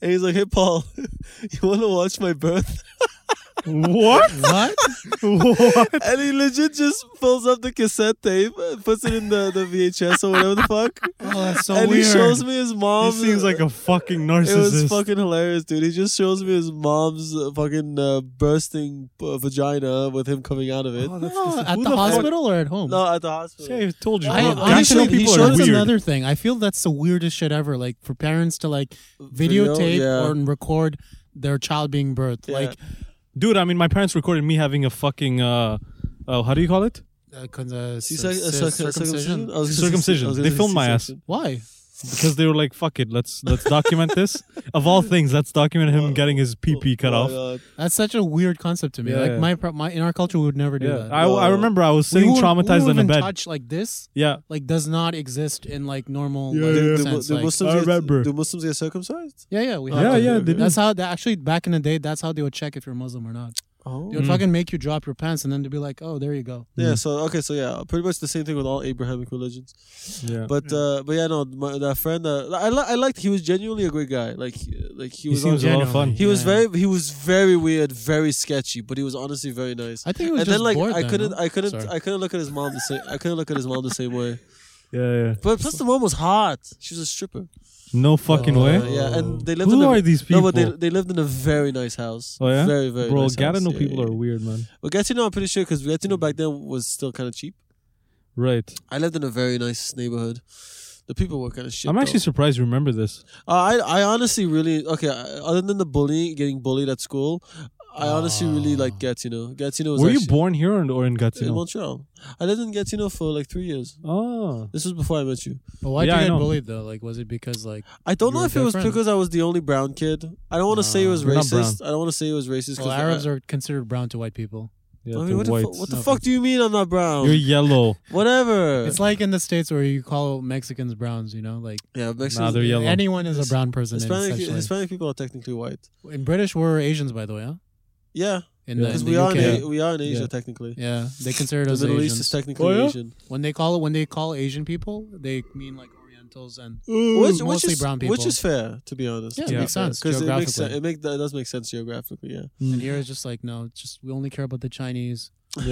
S3: and he's like hey paul you want to watch my birth
S1: what?
S2: What?
S1: what?
S3: and he legit just pulls up the cassette tape and puts it in the, the vhs or whatever the fuck
S2: Oh, that's so
S3: and
S2: weird.
S3: he shows me his
S1: He
S3: mom's. uh,
S1: seems like a fucking narcissist.
S3: It was fucking hilarious, dude. He just shows me his mom's uh, fucking uh, bursting uh, vagina with him coming out of it.
S1: Oh, that's
S2: Oh,
S1: disgusting.
S2: at
S1: Who
S2: the,
S1: fuck-
S2: hospital or at home?
S3: No, at the hospital.
S1: See, I told you.
S2: I
S1: bro.
S3: Gotcha
S2: honestly,
S3: people
S2: he
S3: are
S2: showed us
S1: weird.
S2: another thing. I feel that's the weirdest shit ever. Like for parents to like
S3: Video,
S2: videotape
S3: yeah.
S2: or record their child being birthed,
S3: Yeah.
S2: like
S1: Dude, I mean, my parents recorded me having a fucking uh, uh how do you call it?
S2: uh, cons- uh,
S3: See,
S2: c-
S3: circ- uh,
S2: c-
S3: circ-
S2: circumcision.
S3: I was gonna say-
S1: Circumcision.
S3: I was gonna
S1: They
S3: say
S1: filmed my ass.
S3: circumcision.
S2: Why?
S1: because they were like, "Fuck it, let's let's document this." Of all things, let's document him getting his PP cut
S3: Oh my
S1: off.
S3: God.
S2: That's such a weird concept to me.
S1: Yeah,
S2: like
S1: yeah.
S2: my, pro- my in our culture, we would never do
S1: Yeah,
S2: that.
S1: I, I
S3: Whoa.
S1: remember I was sitting
S2: we won't- we
S1: traumatized
S2: won't
S1: in a
S2: even
S1: bed.
S2: touch like this
S1: yeah,
S2: like does not exist in like normal
S1: Yeah,
S2: like,
S1: yeah.
S3: Do, do,
S2: sense.
S3: do
S2: like-
S3: Muslims
S1: I
S3: get,
S1: remember.
S3: do Muslims get circumcised?
S2: yeah, yeah, we have.
S1: yeah,
S2: to.
S1: yeah.
S3: okay.
S1: They do.
S2: That's how they, actually back in the day. That's how they would check if you're Muslim or not.
S3: Oh.
S2: They would
S1: Mm.
S2: fucking make you drop your pants, and then they'd be like, "Oh, there you go."
S3: Yeah. So okay. So yeah, pretty much the same thing with all Abrahamic religions.
S1: yeah.
S3: But uh, but yeah, no, my, that friend, uh, I li- I liked. He was genuinely a great guy. Like uh, like he
S1: he
S3: was.
S1: seems a lot of
S2: Genuinely.
S1: fun.
S3: he was
S2: Yeah.
S3: very he was very weird, very sketchy, but he was honestly very nice.
S2: I think it was
S3: And
S2: just
S3: then like
S2: bored
S3: I
S2: then,
S3: couldn't
S2: no?
S3: I couldn't
S2: Sorry.
S3: I couldn't look at his mom the same I couldn't look at his mom the same way.
S1: yeah, yeah.
S3: But plus the mom was hot. She was a stripper.
S1: No fucking
S2: Oh,
S1: way.
S3: Uh, yeah, and they lived
S1: Who
S3: in a,
S1: are these people?
S3: no, but they they lived in a very nice house.
S1: Oh, yeah?
S3: very very.
S1: Bro,
S3: nice
S1: Gatineau
S3: house. Yeah,
S1: people
S3: yeah,
S1: are
S3: yeah.
S1: weird, man.
S3: Well, Gatineau, I'm pretty sure because Gatineau back then was still kind of cheap.
S1: Right.
S3: I lived in a very nice neighborhood. The people were kind of shit.
S1: I'm
S3: though.
S1: actually surprised you remember this.
S3: Uh, I I honestly really okay. uh, Other than the bullying, getting bullied at school, I honestly really
S2: Ah.
S3: like Gatineau. Gatineau was
S1: Were you
S3: actually,
S1: born here or in, or in
S3: in
S1: Gatineau?
S3: Montreal. I lived in Gatineau for like three years.
S1: Oh.
S3: This was before I met you.
S2: But why did
S1: Yeah, I
S2: you get
S1: know.
S2: bullied though? Like, was it because like
S3: I don't
S2: You
S3: know
S2: were
S3: if it was
S2: different.
S3: because I was the only brown kid. I don't want to say it
S2: Ah.
S3: was
S1: You're not
S3: racist. I don't want to say it was racist
S2: well, Arabs are considered brown to white people?
S1: Yeah,
S3: I
S1: the
S3: mean, what the,
S1: whites.
S3: fu- what the
S2: No,
S3: fuck do you mean I'm not brown?
S1: You're yellow.
S3: Whatever.
S2: It's like in the states where you call Mexicans browns. You know, like
S3: yeah,
S1: Nah,
S3: Mexicans.
S1: they're yellow.
S2: anyone is a brown person.
S3: Hispanic,
S2: essentially.
S3: Hispanic people are technically white.
S2: In British, we're Asians, by the way. Huh? In
S3: Yeah,
S1: Yeah.
S2: the,
S3: because
S2: in
S3: we
S2: the
S3: are
S2: UK.
S3: in,
S1: Yeah.
S3: A- we are in Asia
S1: Yeah.
S3: technically.
S2: Yeah, they consider
S3: The
S2: us
S3: Middle
S2: Asians.
S3: East is technically
S1: Oh, yeah?
S3: Asian.
S2: when they call when they call Asian people, they mean like Orientals and
S3: Which, which
S2: Mm, mostly
S3: is
S2: brown people.
S3: which is fair to be honest.
S2: yeah,
S1: Yeah.
S2: it makes sense
S3: Because it makes sense.
S2: geographically.
S3: It make that does make sense geographically. Yeah.
S1: Mm,
S2: and here it's just like no, it's just we only care about the Chinese,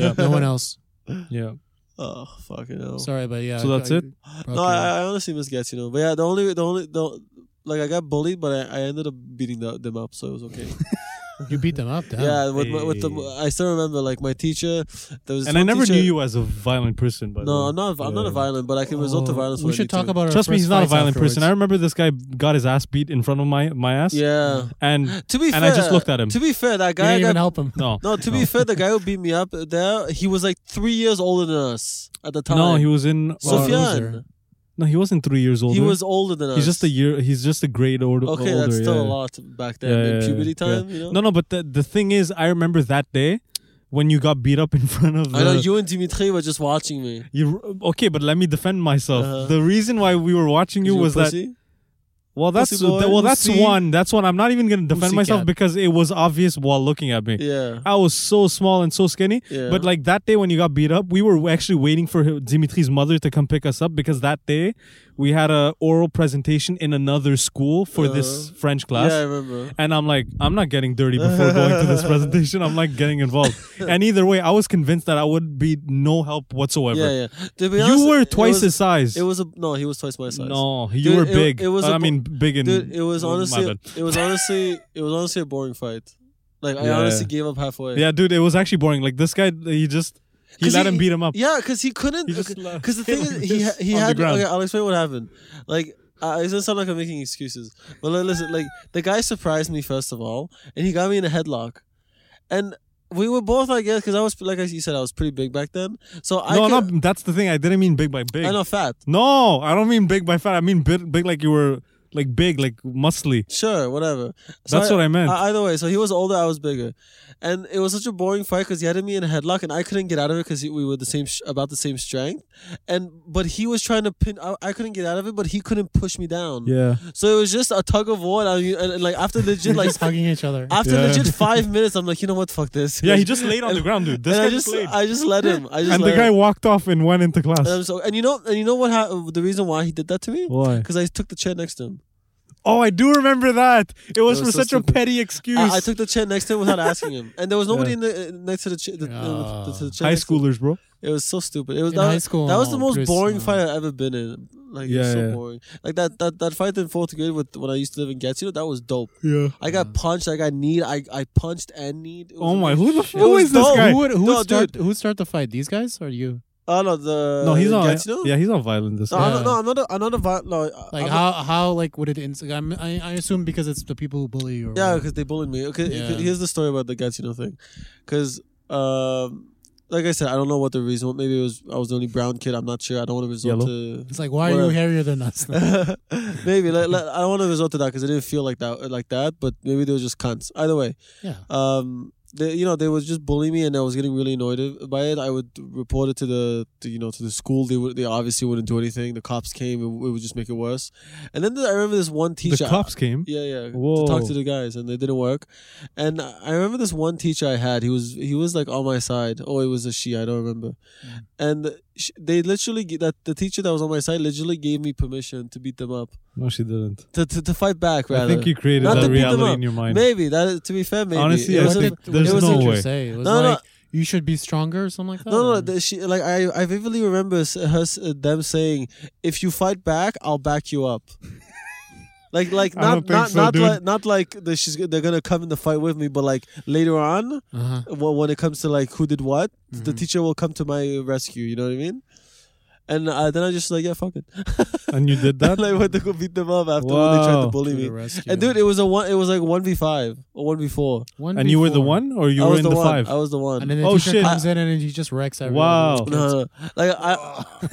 S1: Yeah.
S2: no one else.
S1: yeah.
S3: Oh fucking hell.
S2: Sorry, but yeah.
S1: So that's
S2: I-
S1: it?
S2: broke
S3: No,
S2: your-
S3: I, I honestly miss Gatineau. But yeah, the only the only the like I got bullied, but I, I ended up beating the, them up, so it was okay.
S2: you beat them up. Damn.
S3: yeah, with my, with the
S1: Hey.
S3: I still remember like my teacher. There was
S1: And
S3: one
S1: I never
S3: teacher-
S1: knew you as a violent person, by the
S3: No,
S1: way.
S3: I'm not. I'm not a
S1: Yeah.
S3: violent, but I can resort to
S2: Oh,
S3: violence.
S2: We
S3: when I
S2: should
S3: need
S2: talk
S3: to.
S2: about. Our
S1: Trust me,
S2: first
S1: he's not a
S2: fights
S1: violent person. I
S2: afterwards.
S1: remember this guy got his ass beat in front of my, my ass.
S3: Yeah.
S1: And
S3: To be fair,
S1: And I just looked at him.
S3: To be fair, that
S2: You
S3: guy.
S2: didn't
S3: I
S2: even
S3: got,
S2: help Oh. him.
S1: no.
S3: no, to be fair, the guy who beat me up there, he was like three years older than us at the time.
S1: No, he was in.
S2: Well,
S1: uh,
S3: Sufyan.
S2: loser.
S1: no, he wasn't three years old.
S3: He was older than us.
S1: He's just a year. He's just a grade or,
S3: Okay,
S1: older.
S3: that's still
S1: yeah.
S3: a lot back then.
S1: Yeah,
S3: in
S1: yeah, yeah,
S3: puberty
S1: yeah.
S3: time, you know.
S1: No, no, but the, the thing is, I remember that day when you got beat up in front of. The,
S3: I know you and Dimitri were just watching me.
S1: You okay? But let me defend myself.
S3: Uh-huh.
S1: The reason why we were watching you
S3: a
S1: was that
S3: pussy?
S1: well, that's
S3: Pussy boy,
S1: well, that's
S3: pussy.
S1: one. That's one. I'm not even gonna defend
S2: Pussy
S1: myself
S2: cat.
S1: because it was obvious while looking at me.
S3: Yeah.
S1: I was so small and so skinny.
S3: Yeah.
S1: But like that day when you got beat up, we were actually waiting for hi- Dimitri's mother to come pick us up because that day we had a oral presentation in another school for this
S3: Uh-huh.
S1: French class.
S3: Yeah, I remember.
S1: And I'm like, I'm not getting dirty before going to this presentation. I'm like getting involved. And either way, I was convinced that I would be no help whatsoever.
S3: Yeah, yeah. To be honest,
S1: You were
S3: it
S1: twice
S3: was-
S1: his size.
S3: It was a no. He was twice my size.
S1: no, you
S3: Dude,
S1: were
S3: it-
S1: big.
S3: it was
S1: Uh,
S3: a
S1: I mean, big and
S3: Dude, it was
S1: oh, my
S3: honestly,
S1: bad.
S3: it was honestly, it was honestly a boring fight. Like I
S1: Yeah.
S3: honestly gave up halfway.
S1: Yeah, dude, it was actually boring. Like this guy, he just he
S3: 'Cause
S1: let him beat him up.
S3: Yeah, because he couldn't.
S1: He just la-
S3: Because the
S1: hit
S3: thing
S1: him
S3: is, he ha-
S1: just
S3: he
S1: on the
S3: had.
S1: ground.
S3: Okay, I'll explain what happened. Like. Uh, it doesn't sound like I'm making excuses, but li- listen, like the guy surprised me first of all, and he got me in a headlock, and we were both, I guess, because I was like I you said, I was pretty big back then, so I
S1: no,
S3: could,
S1: no, that's the thing. I didn't mean big by big.
S3: I know fat,
S1: No, I don't mean big by fat. I mean big, big like you were like big, like muscly.
S3: Sure, whatever.
S1: That's what I meant.
S3: e- Either way, so he was older, I was bigger, and it was such a boring fight because he had me in a headlock, and I couldn't get out of it because we were the same, sh- about the same strength, and but he was trying to pin. I, I couldn't get out of it, but he couldn't push me down.
S1: Yeah.
S3: So it was just a tug of war, and, I, and, and like after legit, like
S2: Just hugging each other.
S3: after
S1: Yeah.
S3: legit five minutes, I'm like, you know what, fuck this.
S1: Yeah, he just laid on
S3: And-
S1: the ground, dude. This
S3: and
S1: guy
S3: I
S1: just,
S3: just,
S1: laid.
S3: I just let him. I just
S1: and the
S3: let
S1: guy
S3: him.
S1: walked off and went into class.
S3: And, I'm so, and you know, and you know what? Ha- the reason why he did that to me?
S1: Why?
S3: Because I took the chair next to him.
S1: Oh, I do remember that. It was,
S3: was
S1: for
S3: so
S1: such a
S3: stupid.
S1: petty excuse.
S3: I, I took the chair next to him without asking him, and there was nobody
S1: Yeah. Ah.
S3: in the, uh, next to the, ch- the, uh,
S2: Yeah.
S3: to the chair.
S1: High
S3: next to him.
S1: schoolers, bro.
S3: It was so stupid. It was
S2: In
S3: that,
S2: high school,
S3: That was the most
S2: Chris,
S3: boring
S2: uh,
S3: fight I've ever been in. Like it was
S1: oh, Yeah,
S3: so
S1: yeah.
S3: boring. Like that that that fight in fourth grade with when I used to live in Gatineau. That was dope.
S1: Yeah.
S3: I got
S2: Uh,
S3: punched. I got kneed. I I punched and kneed. It was
S1: Oh my,
S3: amazing.
S1: who the
S3: It
S1: who
S3: was
S1: is this
S3: dope.
S1: guy?
S2: Who would who
S3: No,
S2: would start who would start the fight? These guys or you?
S3: Oh no, the
S1: no, he's
S3: in
S1: not.
S3: Gatineau.
S1: Yeah, he's not violent. This
S3: No,
S1: guy.
S3: I'm not, no, I'm not. A, I'm not a violent. No, I-
S2: Like
S3: Uh, I'm
S2: how how like would it? Ins- I'm, I I assume because it's the people who bully you. Or
S3: Yeah, because they bullied me. Okay,
S2: Yeah.
S3: here's the story about the Gatineau thing. Because um, like I said, I don't know what the reason. was. Maybe it was I was the only brown kid. I'm not sure. I don't want to resort
S1: Yellow?
S3: to.
S2: It's like, why are
S3: Whatever.
S2: you hairier than us?
S3: maybe let, let- I don't want to resort to that because it didn't feel like that like that. But maybe they were just cunts. Either way,
S2: yeah.
S3: um, they, you know, they was just bullying me, and I was getting really annoyed by it. I would report it to the, to, you know, to the school. They would, they obviously wouldn't do anything. The cops came, it, would- it would just make it worse. And then the, I remember this one
S1: The
S3: teacher.
S1: cops came.
S3: Yeah, yeah.
S1: Whoa.
S3: To talk to the guys, and they didn't work. And I remember this one teacher I had. He was he was like on my side. Oh, it was a she. I don't remember.
S1: Mm.
S3: And sh they literally g- that the teacher that was on my side literally gave me permission to beat them up
S1: No, she didn't.
S3: to to, to fight back. Rather,
S1: I think you created
S3: Not to
S1: that
S3: beat them up.
S1: reality in your mind.
S3: maybe that is- to be fair, maybe
S1: Honestly,
S3: It
S1: I
S2: What
S3: was a-
S1: think
S2: did- what
S1: there's
S2: did the
S1: no
S2: teacher
S1: way.
S2: Say? It was
S3: No, no.
S2: like, you should be stronger or something like that?
S3: No, no,
S2: or-
S3: the, she like I, I vividly remember s- her, s- uh, them saying, "If you fight back, I'll back you up." like, like
S1: I don't
S3: not,
S1: think
S3: not,
S1: so,
S3: not
S1: dude.
S3: like, not like the, she's they're gonna come in the fight with me, but like later on,
S2: Uh-huh.
S3: wh- when it comes to like who did what, the
S1: Mm-hmm.
S2: Mhm.
S3: teacher will come to my rescue. You know what I mean? And uh, then I just like, yeah, fuck it.
S1: And you did that?
S3: and I went to go beat them up after when they tried to
S1: Wow.
S3: bully
S2: To the
S3: me.
S2: rescue.
S3: And dude, it was a one. It was like one v five or one v four.
S2: One
S1: and you were the
S2: before.
S1: one or you
S3: I
S1: were
S3: was
S1: in
S3: the,
S1: the,
S3: one.
S1: five?
S3: I was the one.
S2: And then the
S1: Oh,
S2: teacher
S1: shit.
S2: comes in and he just wrecks everyone.
S1: Wow.
S2: Those
S3: no,
S2: kids.
S3: no, no. like I,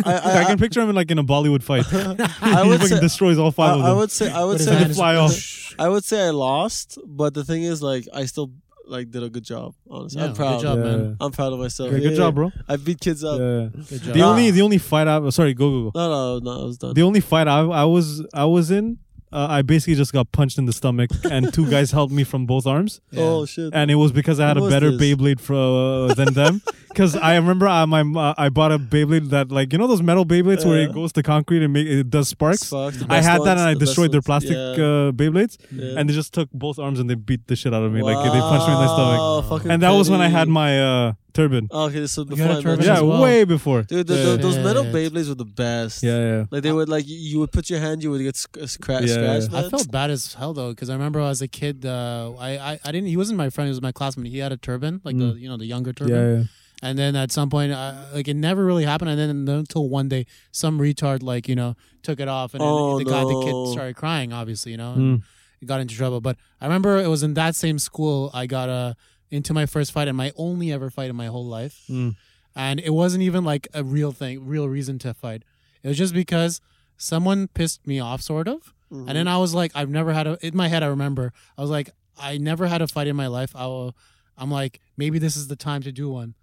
S3: I, I,
S1: I can picture him in like in a Bollywood fight.
S3: I
S1: he
S3: would
S1: fucking
S3: say-
S1: destroys all five
S3: I,
S1: of
S3: I
S1: them.
S3: would say I would
S2: But his
S1: They
S3: say
S2: hand is-
S1: fly off.
S3: I would say I lost, but the thing is, like, I still like did a good job. Honestly,
S2: Yeah,
S3: I'm proud.
S2: Good job,
S1: yeah.
S2: man.
S3: I'm proud of myself.
S1: Yeah,
S3: Yeah,
S1: good
S3: yeah.
S1: job, bro.
S3: I beat kids up.
S1: Yeah.
S2: Good
S1: The
S2: job.
S1: only the only fight I sorry go go go.
S3: No, no, no, I was done.
S1: The only fight I, I was I was in, uh, I basically just got punched in the stomach, and two guys held me from both arms,
S2: Yeah.
S3: Oh shit!
S1: and it was because I had
S3: Who
S1: a
S3: was
S1: better
S3: this?
S1: Beyblade for, uh, than them. Because I remember I my uh, I bought a Beyblade that like you know those metal Beyblades where it
S3: Yeah.
S1: goes to concrete and make, it does sparks.
S3: Fuck, the
S1: I
S3: best
S1: had that
S3: ones,
S1: and I
S3: the best
S1: destroyed their
S3: ones.
S1: plastic
S3: Yeah.
S1: uh, Beyblades,
S3: Yeah.
S1: and they just took both arms and they beat the shit out of me. Like they punched me in the stomach,
S3: Wow, fucking
S1: and that was when I
S3: petty.
S1: had my uh, turban.
S3: Okay, so
S2: You had a
S3: before I
S2: turban
S3: met
S1: yeah,
S2: as
S3: you-
S2: well.
S1: way before.
S3: dude, the, the, those metal
S2: Shit.
S3: Beyblades were the best.
S1: Yeah, yeah.
S3: Like they would like you- you would put your hand, you would get sc- uh, scra-
S1: Yeah.
S3: scratched.
S2: I
S3: man.
S2: felt bad as hell though, because I remember as a kid, uh, I, I I didn't. He wasn't my friend; he was my classmate. He had a turban, like the you know the younger turban.
S1: Mm. Yeah, yeah.
S2: And then at some point, uh, like it never really happened. And then until one day, some retard like you know took it off, and
S3: Oh,
S2: then the guy, the
S3: no.
S2: kid started crying. Obviously, you know,
S1: Hmm.
S2: and he got into trouble. But I remember it was in that same school I got uh, into my first fight and my only ever fight in my whole life.
S1: Mm.
S2: And it wasn't even like a real thing, real reason to fight. It was just because someone pissed me off, sort of.
S3: Mhm.
S2: And then I was like, I've never had a. In my head, I remember I was like, I never had a fight in my life. I will, I'm like, maybe this is the time to do one.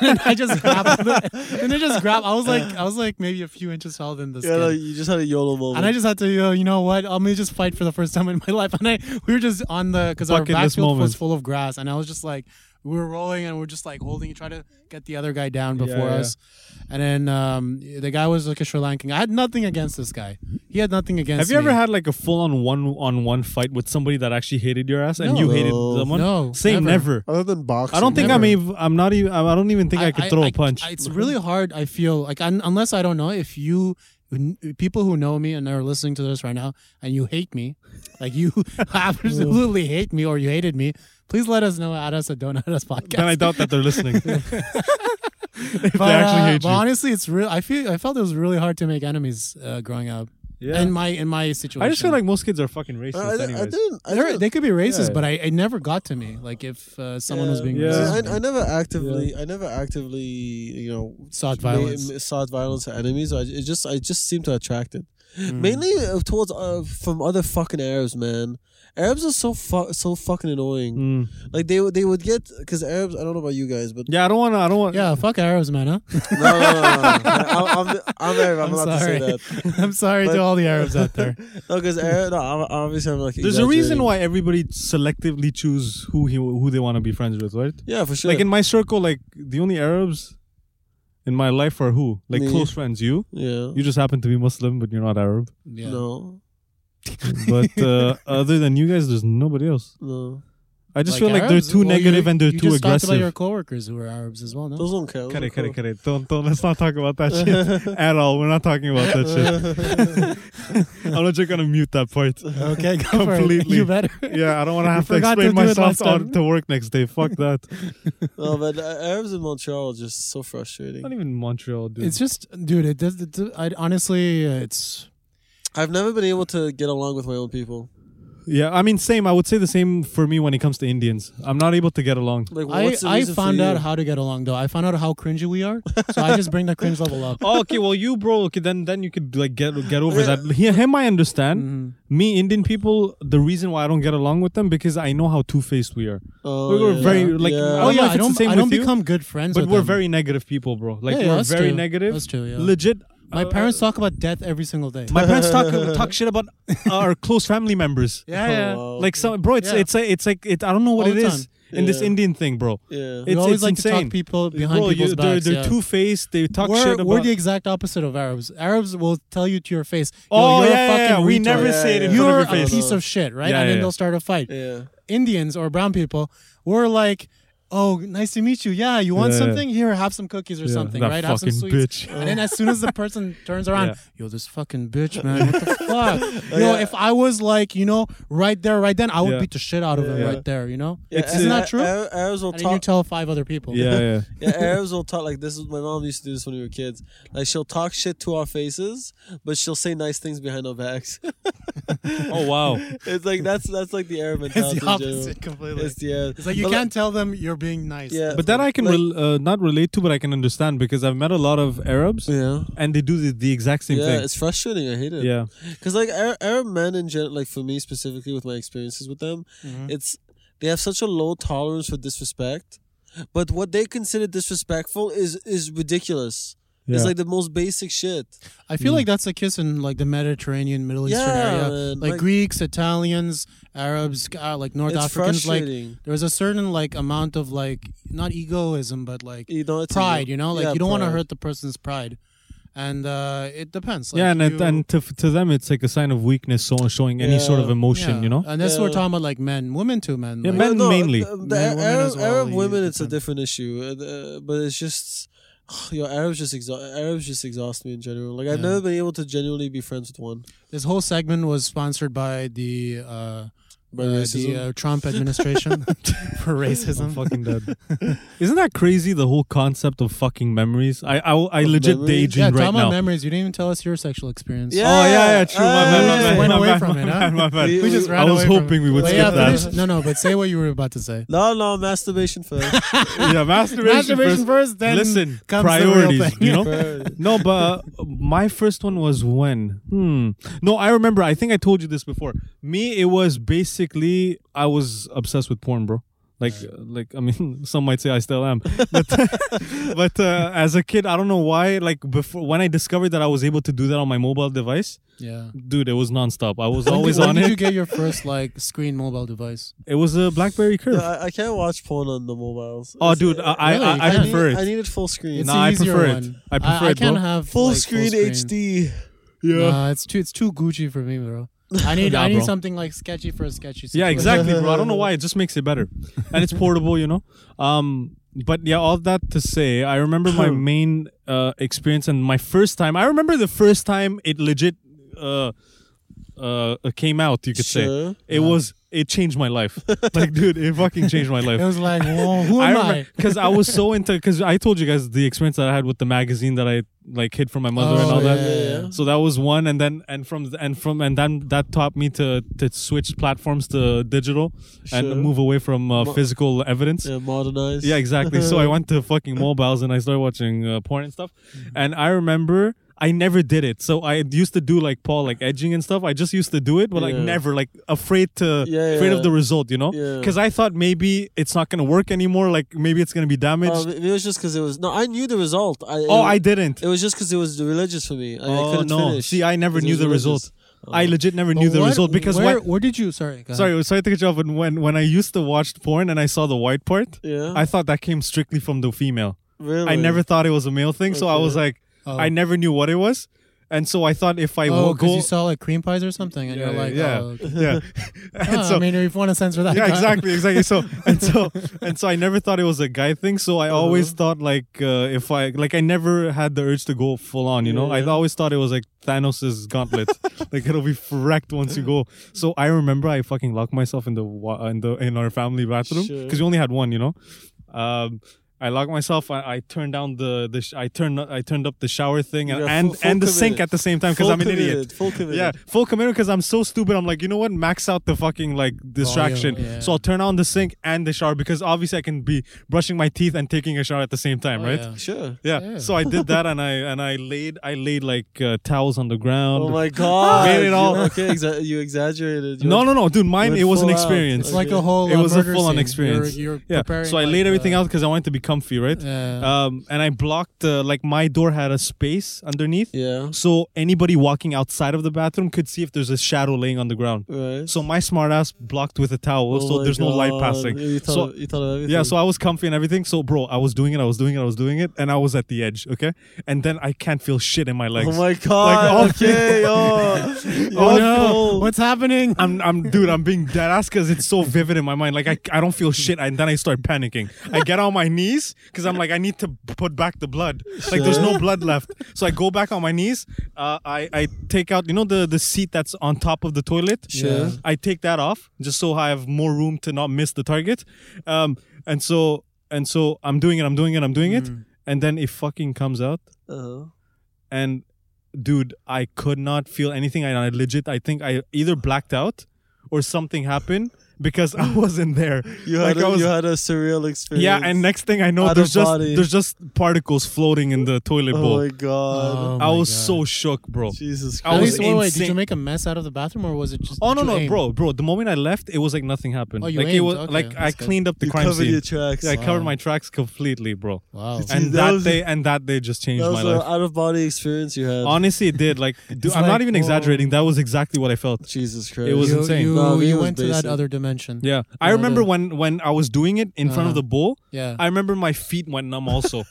S2: And I just grabbed. and I just grabbed. I was like, I was like maybe a few inches taller than this
S3: yeah,
S2: kid.
S3: no, you just had a YOLO moment.
S2: and I just had to, uh, you know what? I'm gonna just fight for the first time in my life. And I, we were just on the because our
S1: Bucket list
S2: backfield was
S1: moment.
S2: full of grass, and I was just like, we were rolling and we are just like holding, try to get the other guy down
S1: Yeah,
S2: before
S1: yeah.
S2: us. And then um, the guy was like a Sri Lankan. I had nothing against this guy. He had nothing against.
S1: Have you ever
S2: me.
S1: had like a full on one on one fight with somebody that actually hated your ass and
S2: No.
S1: you hated
S3: No.
S1: someone?
S2: No, Oh,
S1: Same, never.
S3: other than boxing,
S1: I don't think I'm
S2: Never.
S1: even. I'm not even. I don't even think I, could throw a punch.
S2: I- it's really hard. I feel like un, unless I don't know if you n- people who know me and are listening to this right now and you hate me, like you absolutely hate me or you hated me, please let us know at us at Don't At Us Podcast.
S1: then I doubt that they're listening. if
S2: but,
S1: they actually
S2: uh,
S1: hate
S2: but
S1: you.
S2: honestly, it's real. I feel I felt it was really hard to make enemies uh, growing up
S1: Yeah.
S2: in my in my situation.
S1: I just feel like most kids are fucking racist,
S3: Uh, I, I,
S1: anyways.
S3: I didn't. I
S2: They're-
S3: didn't
S2: they could be racist,
S1: Yeah.
S2: but I it never got to me. Like if uh, someone was being
S1: Yeah.
S2: racist,
S3: I, I never actively, I never actively, you know,
S2: sought
S3: ma-
S2: violence.
S3: m- sought violence to enemies. I it just, I just seemed to attract it,
S2: Mm.
S3: mainly uh, towards uh, from other fucking Arabs, man. Arabs are so fu- so fucking annoying.
S1: Mm.
S3: Like they would- they would get because Arabs. I don't know about you guys, but
S1: Yeah, I don't want to. I don't want.
S2: Yeah, fuck arrows, man. Huh?
S3: no, no, no, no, no. I, I'm, I'm, I'm Arab. I'm,
S2: I'm
S3: allowed
S2: sorry.
S3: to say that.
S2: I'm sorry
S3: But-
S2: to all the Arabs out there.
S3: No, because Arab. No, I'm- obviously I'm like.
S1: There's a reason
S3: exaggerating.
S1: why everybody selectively choose who he who they want to be friends with, right?
S3: Yeah, for sure.
S1: Like in my circle, like the only Arabs in my life are who? Like
S3: Me.
S1: close friends. You.
S3: yeah.
S1: You just happen to be Muslim, but you're not Arab.
S2: Yeah.
S3: No.
S1: But uh, other than you guys, there's nobody else.
S3: No.
S1: I just feel like they're too negative and they're too
S2: just talked
S1: aggressive.
S2: about your coworkers who are Arabs as well, no?
S3: Those don't count.
S1: Cut it, cut it, cut it. Don't, don't. Let's not talk about that shit at all. We're not talking about that shit. I'm not just gonna mute that part.
S2: Okay, go
S1: Completely.
S2: You better.
S1: Yeah, I don't want to have to
S2: forgot to
S1: explain
S2: do it
S1: myself
S2: last time.
S1: on, to work next day. Fuck that.
S3: No, but uh, Arabs in Montreal are just so frustrating.
S1: Not even Montreal, dude.
S2: It's just, dude. It does. It, does- I honestly, uh, it's
S3: I've never been able to get along with my own people.
S1: Yeah, I mean, same. I would say the same for me when it comes to Indians. I'm not able to get along.
S3: Like,
S2: I,
S3: what's the
S2: I
S3: reason for
S2: found out
S3: you?
S2: how to get along though. I found out how cringy we are, so I just bring the cringe level up.
S1: Oh, okay, well, you, bro. Okay, then then you could like get get over
S3: Yeah.
S1: that. He, him, I understand.
S2: Mm-hmm.
S1: Me, Indian people. The reason why I don't get along with them because I know how two faced we are.
S3: Oh,
S1: we were
S3: yeah.
S1: very like.
S3: Yeah.
S1: I
S2: Oh
S1: don't know if
S2: yeah, I
S1: it's the
S2: don't.
S1: same
S2: I
S1: with
S2: don't
S1: you,
S2: become good friends.
S1: but
S2: with
S1: we're
S2: them.
S1: very negative people, bro. Like
S2: Yeah, yeah,
S1: we're
S2: us
S1: very
S2: too.
S1: negative.
S2: Us too, yeah.
S1: Legit.
S2: My
S1: uh,
S2: parents talk about death every single day.
S1: My parents talk talk shit about our close family members.
S2: yeah,
S3: Oh,
S2: yeah.
S3: wow.
S1: Like some bro, it's
S2: Yeah.
S1: it's a, it's like it, I don't know what
S2: All
S1: it
S2: the
S1: is in this
S3: Yeah.
S1: Indian thing, bro.
S3: yeah.
S1: It's-
S2: we always
S1: it's
S2: like to
S1: insane.
S2: talk people behind
S1: bro,
S2: people's
S1: you,
S2: backs.
S1: they're
S2: yeah.
S1: they're two faced. They talk
S2: we're,
S1: shit about.
S2: we're the exact opposite of Arabs. Arabs will tell you to your face, Yo,
S1: oh
S2: you're
S1: yeah,
S2: a
S1: yeah,
S2: fucking
S1: yeah. we
S2: retard.
S1: never
S3: Yeah,
S1: say it in
S3: yeah,
S2: You're
S1: front
S2: a
S1: of your face.
S2: piece of shit, right?
S1: Yeah,
S2: and then
S1: yeah.
S2: they'll start a fight.
S3: yeah.
S2: Indians or brown people, we're like, oh, nice to meet you. Yeah, you want
S1: Yeah.
S2: something? Here, have some cookies or
S1: Yeah,
S2: something,
S1: that
S2: right? Have some
S1: fucking
S2: sweets.
S1: bitch.
S2: And then as soon as the person turns around,
S1: Yeah.
S2: yo, this fucking bitch, man, what the fuck? Yo,
S3: Yeah.
S2: if I was like, you know, right there, right then, I would
S1: Yeah.
S2: beat the shit out of him
S1: Yeah.
S2: right there, you know?
S3: Yeah,
S1: It's-
S3: and
S1: Isn't
S2: that
S3: Ar-
S2: true?
S3: Ar- Arabs will
S2: And then you
S3: talk.
S2: tell five other people.
S1: yeah, yeah.
S3: yeah, Arabs will talk like this. Is my mom used to do this when we were kids. Like she'll talk shit to our faces, but she'll say nice things behind our backs.
S1: Oh wow.
S3: it's like that's that's like the Arab mentality.
S2: It's the
S3: in general.
S2: opposite completely.
S3: It's the Arab.
S2: It's like you
S3: But,
S2: can't tell them you're being nice.
S3: Yeah,
S1: But that I can
S3: Like-
S1: rel- uh, not relate to, but I can understand because I've met a lot of Arabs
S3: Yeah.
S1: and they do the, the exact same
S3: Yeah,
S1: thing.
S3: it's frustrating. I hate it.
S1: Yeah,
S3: because like Arab, Arab men in general, like for me specifically, with my experiences with them,
S2: Mm-hmm.
S3: it's they have such a low tolerance for disrespect. But what they consider disrespectful is is ridiculous.
S1: Yeah.
S3: It's like the most basic shit.
S2: I feel like that's the case in like the Mediterranean, Middle Eastern
S3: Hmm. Yeah,
S2: area,
S3: man,
S2: like,
S3: like-
S2: Greeks, Italians, Arabs, uh, like North
S3: It's
S2: Africans. Like
S3: frustrating.
S2: there's a certain like amount of like not egoism, but like
S3: You know, it's
S2: pride. You know, like
S3: yeah,
S2: you don't want to
S3: pride.
S2: hurt the person's pride, and uh it depends. Like,
S1: yeah, and it,
S2: you-
S1: and to, to them it's like a sign of weakness, so showing any sort of
S3: Yeah.
S1: emotion,
S2: yeah. um,
S1: you know.
S2: And that's what we're
S3: Yeah.
S2: talking about, like men, women too, men.
S1: Yeah,
S2: like,
S1: men mainly.
S3: um, The, the
S2: Men, women
S3: Arab,
S2: as well,
S3: Arab
S2: you-
S3: women, it's a
S2: depends.
S3: different issue. Uh, the- but it's just, yo, Arabs just exhaust. Arabs just exhaust me in general. Like I've
S2: Yeah.
S3: never been able to genuinely be friends with one.
S2: This whole segment was sponsored by the. uh
S3: By
S2: uh, the
S3: racism?
S2: uh, Trump administration for racism.
S1: I'm fucking dead. Isn't that crazy? The whole concept of fucking memories. I I, I legit
S3: memories?
S1: daydream
S2: yeah,
S1: right
S2: talk about
S1: now.
S2: memories. You didn't even tell us your sexual experience.
S3: Yeah.
S1: Oh yeah, yeah, true. my bad,
S3: Ah, we
S1: my
S3: just
S1: bad,
S2: went
S1: my
S2: away
S1: bad,
S2: from
S1: my
S2: it, huh?
S1: bad, my bad.
S3: We
S2: We just
S3: I
S2: ran
S1: was
S2: away from
S1: hoping
S2: it.
S1: we would
S2: But
S1: skip
S2: yeah,
S1: that.
S2: finish- No, no, but say what you were about to say.
S3: No, no, masturbation first.
S1: yeah, masturbation, first.
S2: first,
S1: Listen,
S2: comes the real
S1: priorities.
S2: thing.
S1: You know.
S3: Priorities.
S1: no, but uh, my first one was when. Hmm. No, I remember. I think I told you this before. Me, it was basically I was obsessed with porn, bro. Like, uh, like I mean, some might say I still am, but but uh, as a kid, I don't know why. Like before, when I discovered that I was able to do that on my mobile device,
S2: Yeah.
S1: dude, it was nonstop. I was
S2: When
S1: always
S2: did,
S1: on
S2: when
S1: it.
S2: did you get your first like screen mobile device?
S1: It was a BlackBerry Curve.
S3: I, I can't watch porn on the mobiles.
S1: Oh,
S3: It's-
S1: dude, I I,
S2: Really?
S1: I, I
S2: Yeah.
S3: need-
S1: prefer
S3: I
S1: it.
S3: need it full screen.
S2: It's
S1: Nah, I
S2: the easier
S1: prefer it.
S2: one.
S1: I prefer
S2: I,
S1: it,
S2: can't
S1: bro.
S2: have
S3: full,
S2: like,
S3: screen HD.
S2: Nah, it's too it's too Gucci for me, bro. I need
S1: Nah,
S2: I need
S1: bro.
S2: something like sketchy for a sketchy. Situation.
S1: Yeah, exactly, bro. I don't know why it just makes it better, and it's portable, you know. Um, but yeah, all that to say, I remember my main uh, experience and my first time. I remember the first time it legit uh, uh, came out. You could
S3: Sure.
S1: say it was it changed my life. like, dude, it fucking changed my
S2: It
S1: life.
S2: was like, whoa, who
S1: I
S2: am I?
S1: remember because I was so into because I told you guys the experience that I had with the magazine that I like hid from my mother and
S2: Oh,
S1: all that.
S2: yeah, yeah.
S1: So that was one, and then and from and from and then that taught me to to switch platforms to digital
S3: Sure.
S1: and move away from uh, physical evidence. Yeah.
S3: Yeah, modernized.
S1: exactly. so I went to fucking mobiles and I started watching uh, porn and stuff. And I remember I never did it. So I used to do like Paul, like edging and stuff. I just used to do it, but like
S3: Yeah.
S1: never, like afraid to,
S3: Yeah,
S1: afraid of
S3: yeah.
S1: the result, you know?
S3: Yeah.
S1: Because I thought maybe it's not gonna work anymore. Like maybe it's gonna be damaged.
S3: Um, it was just because it was. No, I knew the result. I,
S1: oh, I didn't.
S3: It was just because it was religious for me. I, I
S1: oh
S3: couldn't
S1: no!
S3: finish.
S1: See, I never
S3: 'Cause it
S1: knew
S3: was oh.
S1: the result.
S3: religious.
S1: I legit never
S2: But
S1: knew the
S2: what-
S1: result because
S2: where,
S1: when,
S2: where did you? Sorry, go ahead.
S1: Sorry, sorry to cut you off. But when when I used to watch porn and I saw the white part,
S3: Yeah.
S1: I thought that came strictly from the female.
S3: really.
S1: I never thought it was a male thing, so I was like,
S2: Oh.
S1: I never knew what it was, and so I thought if I
S2: Oh,
S1: will go,
S2: because you saw like cream pies or something, and
S1: yeah,
S2: you're like,
S1: yeah,
S2: oh, okay.
S1: yeah, and
S2: Ah,
S1: so.
S2: I mean, if you want to censor that,
S1: yeah,
S2: guy.
S1: exactly, exactly. So and so and so, I never thought it was a guy thing. So I always thought like uh, if I like I never had the urge to go full on. You know, I always thought it was like Thanos' gauntlet, like it'll be wrecked once you go. So I remember I fucking locked myself in the wa- in the in our family bathroom
S3: Sure.
S1: because we only had one. You know, um, I locked myself. I, I turned down the the sh- I turned I turned up the shower thing and
S3: You're full-
S1: and,
S3: full
S1: and the sink
S3: committed.
S1: at the same time because
S3: Full
S1: I'm an idiot.
S3: committed, Full committed.
S1: Yeah, full commitment because I'm so stupid. I'm like, you know what? Max out the fucking like distraction.
S2: yeah.
S1: So I'll turn on the sink and the shower because obviously I can be brushing my teeth and taking a shower at the same time,
S2: Oh,
S1: right?
S2: yeah.
S3: Sure.
S1: Yeah.
S2: Yeah.
S1: So I did that and I and I laid I laid like uh, towels on the ground.
S3: Oh my god.
S1: Made it all-
S3: You- Okay, exa- you exaggerated. You
S1: no, no, no, dude. Mine
S3: went
S1: it was an
S3: full out.
S1: experience.
S2: It's like a whole.
S1: It
S2: uh,
S1: was a
S2: murder
S1: full-on
S2: scene.
S1: experience.
S2: You're, you're
S1: yeah.
S2: preparing,
S1: So I
S2: like,
S1: laid everything
S2: the-
S1: out because I wanted to be comfy, right?
S2: Yeah.
S1: Um, and I blocked uh, like my door had a space underneath,
S3: Yeah.
S1: so anybody walking outside of the bathroom could see if there's a shadow laying on the ground.
S3: Right.
S1: So my smartass blocked with a towel,
S3: Oh
S1: so
S3: my
S1: there's no light
S3: God.
S1: passing.
S3: You thought,
S1: So-
S3: of, you thought of everything.
S1: Yeah, so I was comfy and everything. So, bro, I was doing it, I was doing it, I was doing it, and I was at the edge, okay? And then I can't feel shit in my legs.
S3: Oh my god.
S1: all-
S3: okay. Oh.
S2: oh
S3: You're
S2: no!
S3: cold.
S2: What's happening?
S1: I'm, I'm, dude, I'm being dead ass because it's so vivid in my mind. Like, I, I don't feel shit, and then I start panicking. I get on my knees because I'm like, I need to put back the blood. Like, there's no blood left. So I go back on my knees. Uh, I, I take out, you know, the, the seat that's on top of the toilet?
S3: Sure.
S2: Yeah.
S1: I take that off just so I have more room to not miss the target. Um, and so and so I'm doing it, I'm doing it, I'm doing
S2: Mm.
S1: it, and then it fucking comes out.
S3: Uh-huh.
S1: And dude, I could not feel anything. I, I legit, I think I either blacked out or something happened because I wasn't there.
S3: You had
S1: Like,
S3: a,
S1: I was-
S3: you had a surreal experience.
S1: yeah, and next thing I know,
S3: Out of
S1: there's just
S3: body.
S1: there's just particles floating in the toilet
S3: Oh
S1: bowl.
S3: my god.
S2: Oh
S1: I
S2: my
S1: was
S2: God.
S1: so shook, bro.
S3: Jesus
S1: Oh. I
S2: At
S3: Christ.
S1: was
S2: least, wait, wait, did you
S1: insane.
S2: make a mess out of the bathroom, or was it just?
S1: Oh
S2: did
S1: no
S2: you
S1: no
S2: aim?
S1: bro bro the moment I left it was like nothing happened
S2: Oh, you
S1: like it
S2: aimed.
S1: was
S2: Okay,
S1: like I
S2: that's good.
S1: cleaned up the
S3: you
S1: crime
S3: covered
S1: scene
S3: your tracks.
S1: Yeah, I covered
S2: Wow.
S1: my tracks completely, bro.
S2: Wow.
S3: It's-
S1: And
S3: that
S1: that,
S3: was-
S1: day and that day just changed
S3: that
S1: my
S3: was an
S1: life.
S3: out of body experience you had.
S1: Honestly, it did. Like, dude,
S2: It's
S1: I'm
S2: like,
S1: not even
S2: whoa.
S1: exaggerating. That was exactly what I felt.
S3: Jesus Christ.
S1: It was
S2: you,
S1: insane.
S2: You,
S3: No, it
S2: you
S3: was
S2: went to that
S3: basic.
S2: other dimension.
S1: Yeah, I
S2: Yeah,
S1: remember
S2: dude.
S1: when when I was doing it in front
S2: Uh-huh.
S1: of the bowl.
S2: Yeah.
S1: I remember my feet went numb. Also,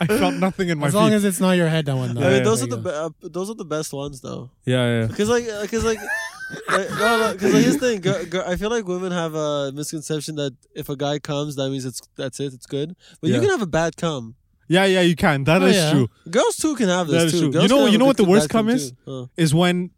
S1: I felt nothing in my
S2: as
S1: feet.
S2: long as it's not your head, that one. Though.
S3: I mean,
S1: Yeah,
S3: those
S2: There
S3: are the
S2: you
S3: be-
S2: go.
S3: uh, those are the best ones though.
S1: yeah, yeah.
S3: Because like, because like, like, no, no. Because like, here's the thing. Gir- gir- I feel like women have a misconception that if a guy comes, that means it's that's it, it's good. But
S1: Yeah.
S3: you can have a bad cum.
S1: Yeah, yeah, you can. That
S2: Oh,
S1: is
S2: yeah.
S1: true.
S3: Girls too can have this
S1: That is
S3: too.
S1: true.
S3: Girls
S1: You know-
S3: can have
S1: you
S3: a
S1: know what
S3: good
S1: the worst
S3: bad cum
S1: cum is?
S3: too. Huh.
S1: Is when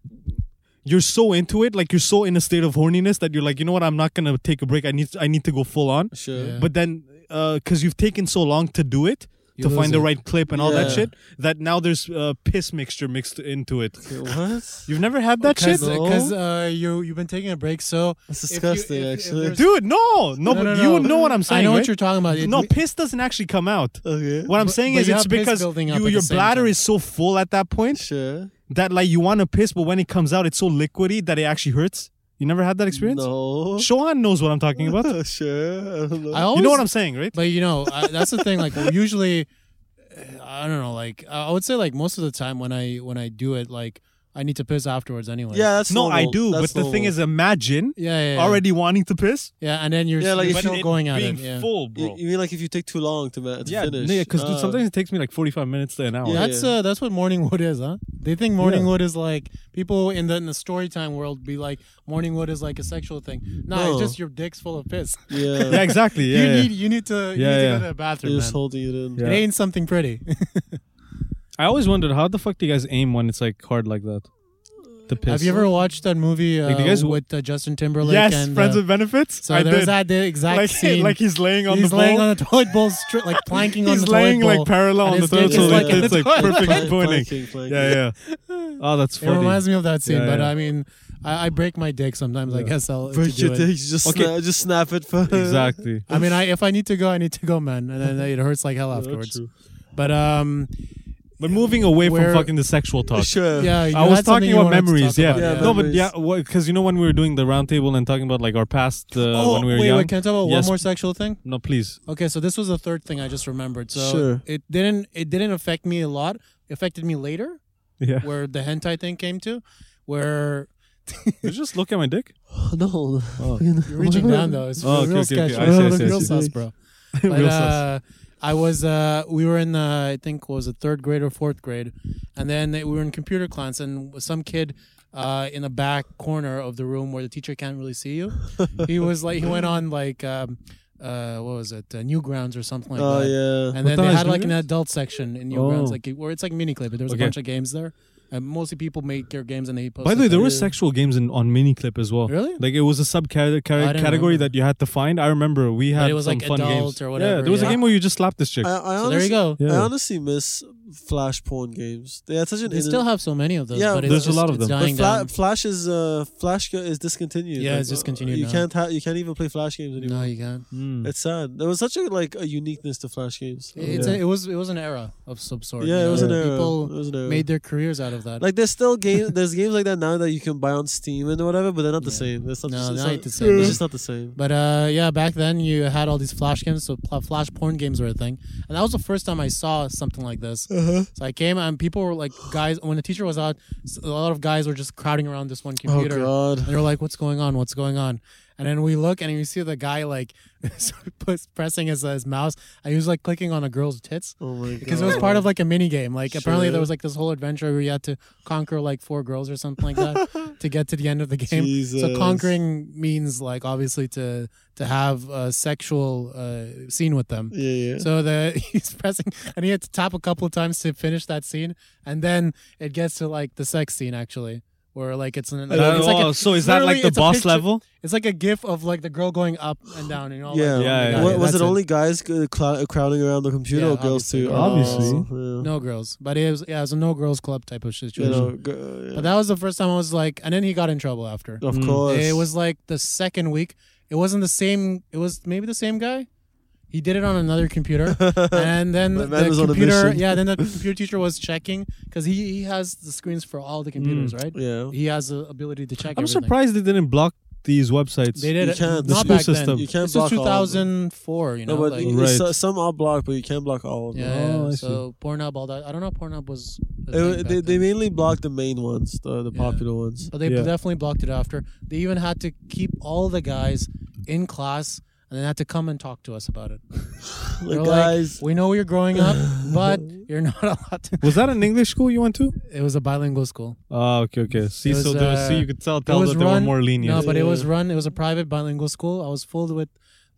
S1: you're so into it, like you're so in a state of horniness that you're like, you know what? I'm not gonna take a break. I need I need to go full on.
S3: sure.
S2: Yeah.
S1: But then, because you've taken so long to do it,
S2: You
S1: to
S2: lose
S1: find the
S2: it.
S1: right clip and all that
S3: Yeah.
S1: shit, that now there's uh, piss mixture mixed into it.
S3: Okay, what?
S1: You've never had that shit,
S2: Because uh, you you've been taking a break, so
S3: That's
S2: if you-
S3: disgusing.
S2: if- if
S3: actually.
S2: there's-
S1: dude. No, no, but you know what I'm saying.
S2: I know
S1: right?
S2: what you're talking about. It-
S1: no,
S2: we-
S1: piss doesn't actually come out.
S3: okay.
S1: What I'm
S2: But-
S1: saying
S2: but
S1: is,
S2: you
S1: it's
S2: have piss
S1: because
S2: building up
S1: you,
S2: at
S1: your
S2: the same
S1: bladder
S2: time.
S1: is so full at that point
S3: Sure.
S1: that like you want to piss, but when it comes out, it's so liquidy that it actually hurts. You never had that experience?
S3: No.
S1: Shohan knows what I'm talking about. you
S3: sure. I don't know.
S2: I always,
S1: know what I'm saying, right?
S2: But you know, I, that's the thing. Like usually, uh, I don't know. Like I would say, like most of the time when I when I do it, like I need to piss afterwards anyway.
S3: yeah, that's
S1: no, I
S3: normal.
S1: do.
S3: That's
S1: but the thing
S3: normal.
S1: is, imagine
S2: Yeah, yeah, yeah.
S1: already wanting to piss,
S2: Yeah, and then you're
S3: Yeah, like,
S2: you're
S3: if
S2: still
S1: it
S2: going at
S1: being
S2: it. Yeah.
S1: full, bro.
S3: You, you mean like if you take too long to, ma- to
S1: yeah,
S3: finish?
S1: because
S3: Ah.
S1: sometimes it takes me like 45 minutes to an hour.
S3: Yeah.
S2: That's uh, that's what morning wood is, huh? They think morning wood is like people in the in the story time world be like morning wood is like a sexual thing. No,
S3: No.
S2: it's just your dick's full of piss.
S3: yeah,
S1: Yeah, exactly. Yeah,
S2: you
S1: yeah.
S2: need you need to you
S1: Yeah,
S2: need to
S1: yeah.
S2: go to the bathroom.
S3: you're just
S2: Man.
S3: holding it in.
S1: Yeah.
S2: It ain't something pretty.
S1: I always wondered how the fuck do you guys aim when it's like hard like that? The piss.
S2: Have you ever watched that movie uh,
S1: Like, do you guys-
S2: with uh, Justin Timberlake?
S1: Yes,
S2: and,
S1: friends
S2: uh,
S1: with benefits.
S2: So
S1: I
S2: there's
S1: did.
S2: that the exact
S1: like,
S2: scene.
S1: like he's laying on
S2: he's
S1: the
S2: laying
S1: bowl.
S2: on the toilet bowl, stri- like planking on
S1: he's
S2: the
S1: laying
S2: toilet bowl.
S1: like parallel
S2: and
S1: on the toilet,
S2: his dick
S1: so
S2: is
S1: like
S2: like in
S1: it's
S2: the
S1: like
S2: toilet.
S1: perfect pointing.
S3: Planking, planking.
S1: Yeah, yeah. Oh, that's
S2: It
S1: funny.
S2: reminds me of that scene,
S1: Yeah,
S2: but
S1: yeah.
S2: I mean, I, I break my dick sometimes. I guess I'll to
S3: Break
S2: do
S3: your
S2: it.
S3: dick. Just
S1: Okay.
S3: snap, just snap it. For
S1: exactly.
S2: I mean, I if I need to go, I need to go, man, and then it hurts like hell afterwards. But um,
S1: But moving away
S2: Where-
S1: from fucking the sexual talk.
S3: Sure.
S2: yeah, you
S1: I was
S2: had something
S1: talking
S2: you
S1: about
S2: wanted to
S1: memories,
S2: talk
S1: yeah.
S2: about,
S3: Yeah,
S1: No, but
S3: memories.
S1: yeah, because you know when we were doing the roundtable and talking about like our past uh,
S2: oh,
S1: when we were
S2: wait,
S1: young.
S2: wait, can I talk about one
S1: Yes.
S2: more sexual thing?
S1: no, please.
S2: Okay, so this was the third thing I just remembered. So
S3: Sure.
S2: it didn't it didn't affect me a lot. It affected me later,
S1: Yeah.
S2: where the hentai thing came to, where
S1: Did you just look at my dick?
S3: No.
S2: you're reaching down though. It's
S1: Oh, okay,
S2: real
S1: okay, okay. I
S2: sketchy.
S1: see, I see, I
S2: real
S1: see.
S2: sus, bro.
S1: Real
S2: But,
S1: sus.
S2: uh, I was, uh, we were in, uh, I think, was it third grade or fourth grade? And then we were in computer class, and some kid uh, in the back corner of the room where the teacher can't really see you,
S1: Oh
S2: he was like, he went on like, um, uh, what was it, uh, Newgrounds or something like
S3: Oh
S2: that.
S3: yeah.
S2: And then
S1: the
S2: they
S1: hell is
S2: had like an
S1: Newgrounds?
S2: adult section in Newgrounds,
S1: Oh.
S2: like where it's like mini clip, but there was
S1: Okay.
S2: a bunch of games there. And mostly people make their games and they post.
S1: By the way,
S2: it
S1: there were
S2: there.
S1: sexual games in on mini clip as well.
S2: Really?
S1: Like it was a sub
S2: I didn't
S1: category
S2: remember.
S1: that you had to find. I remember we had
S2: it was,
S1: some
S2: like,
S1: fun
S2: adult
S1: games
S2: or
S1: Yeah,
S2: whatever,
S1: there was
S2: yeah.
S1: a game where you just slapped this chick.
S3: I, I
S2: So
S3: honestly,
S2: there you go.
S1: Yeah.
S3: I honestly miss Flash porn games. They had such an
S2: They still have so many of those.
S3: Yeah,
S2: but it's
S1: There's a
S2: just-
S1: lot of
S2: it's
S1: them. But
S2: Dying
S3: but Fla-
S2: down.
S3: Flash is uh, Flash is discontinued.
S2: Yeah,
S3: Like,
S2: it's discontinued
S3: You
S2: now.
S3: can't ha- you can't even play Flash games anymore.
S2: No, you can't.
S1: Mm.
S3: It's sad. There was such a like a uniqueness to Flash games.
S2: It's
S1: Yeah.
S2: a, it was it was an era of some sort.
S3: yeah,
S2: you
S3: it was an
S2: know?
S3: era.
S2: People
S3: it was an era.
S2: made their careers out of that.
S3: like there's still game there's games like that now that you can buy on Steam and whatever, but they're not the
S2: Yeah.
S3: same. It's not,
S2: No,
S3: it's
S2: they're
S3: not
S2: not the same.
S3: It's just not the same.
S2: But uh, yeah, back then you had all these flash games, so pl- flash porn games were a thing, and that was the first time I saw something like this.
S3: Uh-huh.
S2: So I came and people were like, guys, when the teacher was out, s- a lot of guys were just crowding around this one
S3: Oh
S2: computer.
S3: god.
S2: And they were like, "What's going on? What's going on?" And then we look, and you see the guy like sort of pus- pressing his, his mouse, and he was like clicking on a girl's tits
S3: Oh my god.
S2: because it was part of like a mini game. Like apparently
S3: Sure.
S2: there was like this whole adventure where you had to conquer like four girls or something like that to get to the end of the game.
S3: Jesus.
S2: So conquering means like obviously to to have a sexual uh, scene with them.
S3: Yeah, yeah.
S2: So the he's pressing and he had to tap a couple of times to finish that scene, and then it gets to like the sex scene actually, where like it's an
S1: That-
S2: it's like
S1: oh,
S2: a,
S1: so is that
S2: literally
S1: like the
S2: it's a
S1: boss
S2: picture-
S1: level?
S2: it's like a gif of like the girl going up and down, you know?
S3: yeah,
S2: like,
S1: Yeah,
S2: oh my
S1: yeah.
S2: God,
S3: Wa- was it
S2: that's
S3: only guys uh, clou- crowding around the computer
S2: Yeah,
S3: or girls
S2: obviously.
S3: too?
S1: Obviously.
S3: Oh,
S2: no girls, but it was yeah, it was a no girls club type of
S3: yeah. You
S2: situation.
S3: know, g- uh,
S2: But that was the first time I was like, and then he got in trouble after.
S3: of
S1: Mm.
S3: course.
S2: It was like the second week. It wasn't the same. It was maybe the same guy. He did it on another computer, and then
S3: The
S2: the,
S3: man was on a
S2: computer.
S3: mission.
S2: Yeah, then the computer teacher was checking because he, he has the screens for all the computers,
S3: Mm.
S2: right?
S3: yeah.
S2: He has the ability to check.
S1: I'm
S2: everything.
S1: surprised they didn't block these websites.
S2: they did
S3: You
S2: it.
S3: can't. The
S2: Not
S1: school
S2: back
S1: system.
S2: then.
S3: You can't
S2: This was
S3: block all of them.
S2: 2004. You know,
S3: No, but
S2: like,
S3: you-
S1: Right.
S3: so- some are blocked, but you can't block all of them.
S2: yeah.
S1: Oh, I
S2: yeah.
S1: see.
S2: So Pornhub, all that. I don't know. if Pornhub was. a
S3: It-
S2: thing back
S3: they,
S2: then.
S3: they mainly blocked the main ones, the, the
S2: Yeah.
S3: popular ones.
S2: But they
S1: Yeah.
S2: definitely blocked it after. They even had to keep all the guys in class and then had to come and talk to us about it. They
S3: Like,
S2: were
S3: guys,
S2: like, we know you're growing up, but you're not allowed to.
S1: Was that an English school you went to?
S2: It was a bilingual school.
S1: Oh, okay, okay. See,
S2: It was,
S1: so there was, see,
S2: uh,
S1: you could tell,
S2: it
S1: tell
S2: was
S1: that they were
S2: run-
S1: more lenient.
S2: No, but it was
S3: Yeah.
S2: run. It was a private bilingual school. I was filled with,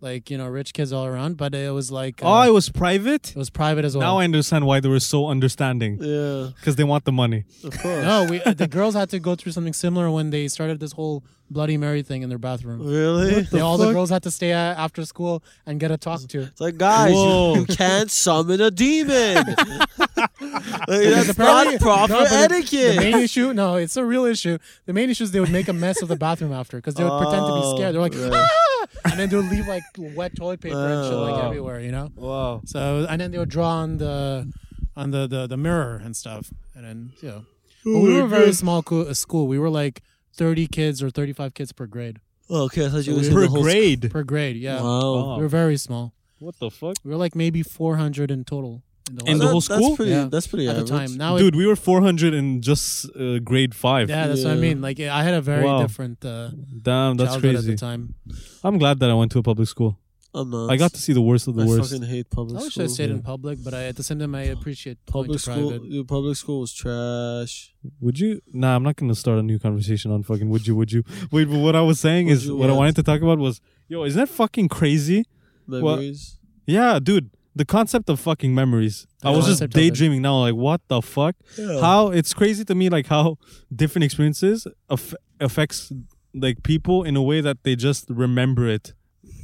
S2: like, you know, rich kids all around, but it was like, uh,
S1: oh, it
S2: it
S1: was private.
S2: was private as well.
S1: Now I understand why they were so understanding
S3: yeah,
S1: because they want the money.
S3: of course.
S2: no, we, the girls had to go through something similar when they started this whole Bloody Mary thing in their bathroom.
S3: Really?
S2: They- all the
S1: fuck?
S2: girls had to stay uh, after school and get a talk to.
S3: It's like, guys,
S1: Whoa.
S3: you, you can't summon a demon. Like, that's
S2: apparently-
S3: not proper
S2: no, but the-
S3: etiquette.
S2: The main issue, no, it's a real issue. The main issue is they would make a mess of the bathroom after because they would pretend to be
S3: Oh,
S2: scared. They're like,
S3: yeah.
S2: "Ah!" and then they would leave like wet toilet paper and shit like
S1: Oh.
S2: everywhere, you know.
S1: Wow.
S2: So and then they would draw on the on the the, the mirror and stuff, and then you know. But we were a very small co- uh, school. We were like thirty kids or thirty five kids per grade
S3: Oh, okay, I thought you were saying
S1: Per
S3: the whole
S1: grade.
S2: per grade. Yeah, Oh.
S3: Wow.
S1: Wow.
S2: we were very small.
S1: What the fuck?
S2: We were like maybe four hundred in total. In the
S1: In the
S3: That-
S1: whole school?
S3: That's pretty.
S2: Yeah.
S3: That's pretty
S2: at the
S3: average.
S2: time. Now it
S1: Dude, we were 400 in just uh, grade five.
S2: Yeah, that's what I
S3: Yeah.
S2: mean. Like I had a very
S1: Wow.
S2: different uh,
S1: Damn, that's
S2: childhood at
S1: crazy.
S2: the time.
S1: I'm glad that I went to a public school.
S3: I'm not.
S1: I got to see the worst of the
S3: I
S1: worst.
S3: fucking hate
S2: I
S3: public
S2: wish
S3: school.
S2: I stayed in public, but I, at the same time, I appreciate going
S3: public
S2: to
S3: school.
S2: private.
S3: Your public school was trash.
S1: Would you? Nah, I'm not gonna start a new conversation on fucking. Would you? Would you? Wait, but what I was saying
S3: Would
S1: is
S3: you
S1: what I
S3: what?
S1: wanted to talk about was yo, isn't that fucking crazy?
S3: Memories.
S1: Yeah, dude, the concept of fucking memories. I
S2: The
S1: was just
S2: concept of it.
S1: daydreaming now, like what the fuck? How it's crazy to me, like how different experiences aff- affects like people in a way that they just remember it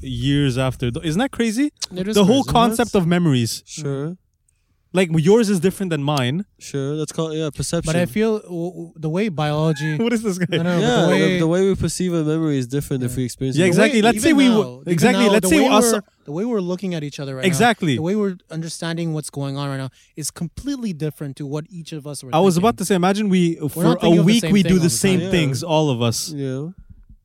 S1: years after. Isn't that crazy?
S2: It is
S1: the whole
S2: crazy.
S1: concept of memories,
S3: Sure.
S1: like yours is different than mine.
S3: Sure. That's called yeah perception.
S2: But I feel w- w- the way biology.
S1: what is this guy?
S2: No, no,
S3: yeah,
S2: but the way,
S3: the way we perceive a memory is different if we experience.
S1: Yeah,
S3: it.
S1: exactly.
S2: the way-
S1: Let's say
S2: even
S1: we
S2: now-
S1: were-
S2: even
S1: exactly,
S2: now,
S1: let's
S2: the
S1: say
S2: way
S1: us-
S2: we're- the way we're looking at each other right
S1: Exactly.
S2: now, the way we're understanding what's going on right now is completely different to what each of us were.
S1: I was
S2: thinking.
S1: about to say, imagine we for
S2: not
S1: a
S2: thinking of the
S1: week
S2: same
S1: we
S2: thing
S1: do
S2: all
S1: the
S2: the
S1: same
S2: time.
S3: Yeah.
S1: things, all of us.
S3: Yeah.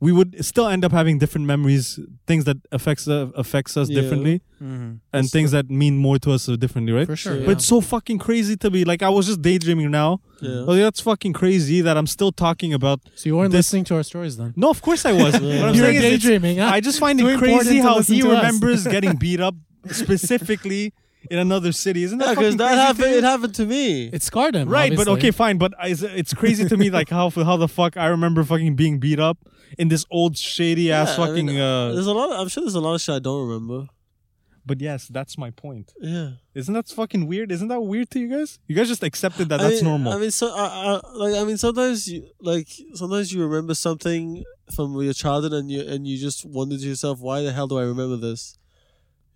S1: We would still end up having different memories, things that affects uh, affects us
S3: Yeah.
S1: differently,
S2: Mhm.
S1: and things that mean more to us differently, right?
S2: for sure.
S3: But
S1: But
S2: yeah.
S1: it's so fucking crazy to be like, I was just daydreaming now.
S3: Yeah.
S1: Oh, that's fucking crazy that I'm still talking about.
S2: so you weren't
S1: this-
S2: listening to our stories then.
S1: No, of course I was.
S3: Yeah.
S1: What I'm
S2: you were
S1: saying is it's-
S2: daydreaming. huh?
S1: I just find
S2: Too
S1: it crazy
S2: important to
S1: how
S2: listen
S1: he
S2: to us.
S1: remembers getting beat up specifically in another city. Isn't that
S3: Yeah,
S1: fucking
S3: because that
S1: crazy to
S3: happened.
S1: you?
S3: It happened to me.
S2: it scarred him.
S1: Right, but
S2: obviously.
S1: okay, fine. But I, it's crazy to me, like how how the fuck I remember fucking being beat up in this old shady ass
S3: Yeah, I
S1: fucking.
S3: mean,
S1: uh,
S3: There's a lot. Of, I'm sure there's a lot of shit I don't remember.
S1: But yes, that's my point.
S3: Yeah.
S1: Isn't that fucking weird? Isn't that weird to you guys? You guys just accepted that
S3: I
S1: that's
S3: mean-
S1: normal.
S3: I mean, so I, I, like I mean, sometimes you like sometimes you remember something from your childhood, and you and you just wonder to yourself, why the hell do I remember this?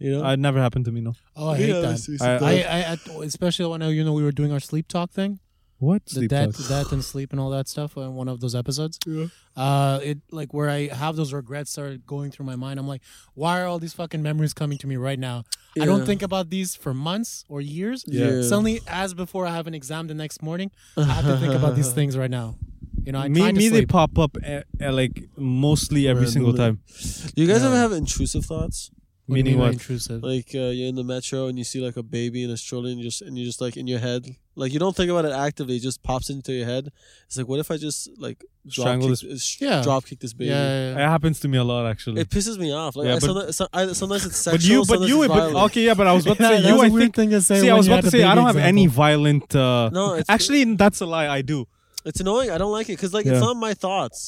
S3: You know,
S1: Uh, it never happened to me, no.
S2: Oh, I hate
S3: Yeah,
S2: that.
S3: it's- it's
S1: I-
S3: a-
S2: I, I, I, especially when I, you know we were doing our sleep talk thing,
S1: What?
S2: the that that and sleep and all that stuff in one of those episodes.
S3: Yeah.
S2: Uh, it like where I have those regrets start going through my mind. I'm like, why are all these fucking memories coming to me right now? I
S3: Yeah.
S2: don't think about these for months or years.
S3: Yeah. Yeah.
S2: Suddenly, as before, I have an exam the next morning. I have to think about these things right now. You know, I
S1: me,
S2: tried to
S1: me they
S2: sleep.
S1: pop up uh, uh, like mostly every single time.
S3: Randomly. Do you guys
S2: Yeah.
S3: ever have intrusive thoughts?
S2: What do you
S1: meaning
S2: mean by
S1: what?
S2: Intrusive.
S3: Like uh, you're in the metro and you see like a baby in a stroller, and you just and you just like in your head, like you don't think about it actively, it just pops into your head. It's like, what if I just like drop
S1: Strangle
S3: kick this,
S2: Yeah.
S3: drop kick this
S2: yeah,
S3: baby?
S2: yeah,
S1: It
S2: yeah.
S1: happens to me a lot actually.
S3: It pisses me off. Like
S1: Yeah,
S3: I,
S1: but-
S3: sometimes, so- I, sometimes it's sexual.
S1: but you, but
S3: sometimes
S1: you,
S3: it's
S1: but,
S3: violent.
S1: okay, yeah, but I was about to
S2: That-
S1: say
S2: that
S1: you.
S2: was
S1: I
S2: a weird
S1: think.
S2: thing to say.
S1: See, I
S2: when
S1: was
S2: you
S1: about
S2: had
S1: to
S2: a
S1: say I
S2: baby
S1: don't have any
S2: example.
S1: violent. Uh,
S3: No, it's-
S1: actually, that's a lie. I do.
S3: It's annoying. I don't like it because like
S1: Yeah.
S3: it's not my thoughts.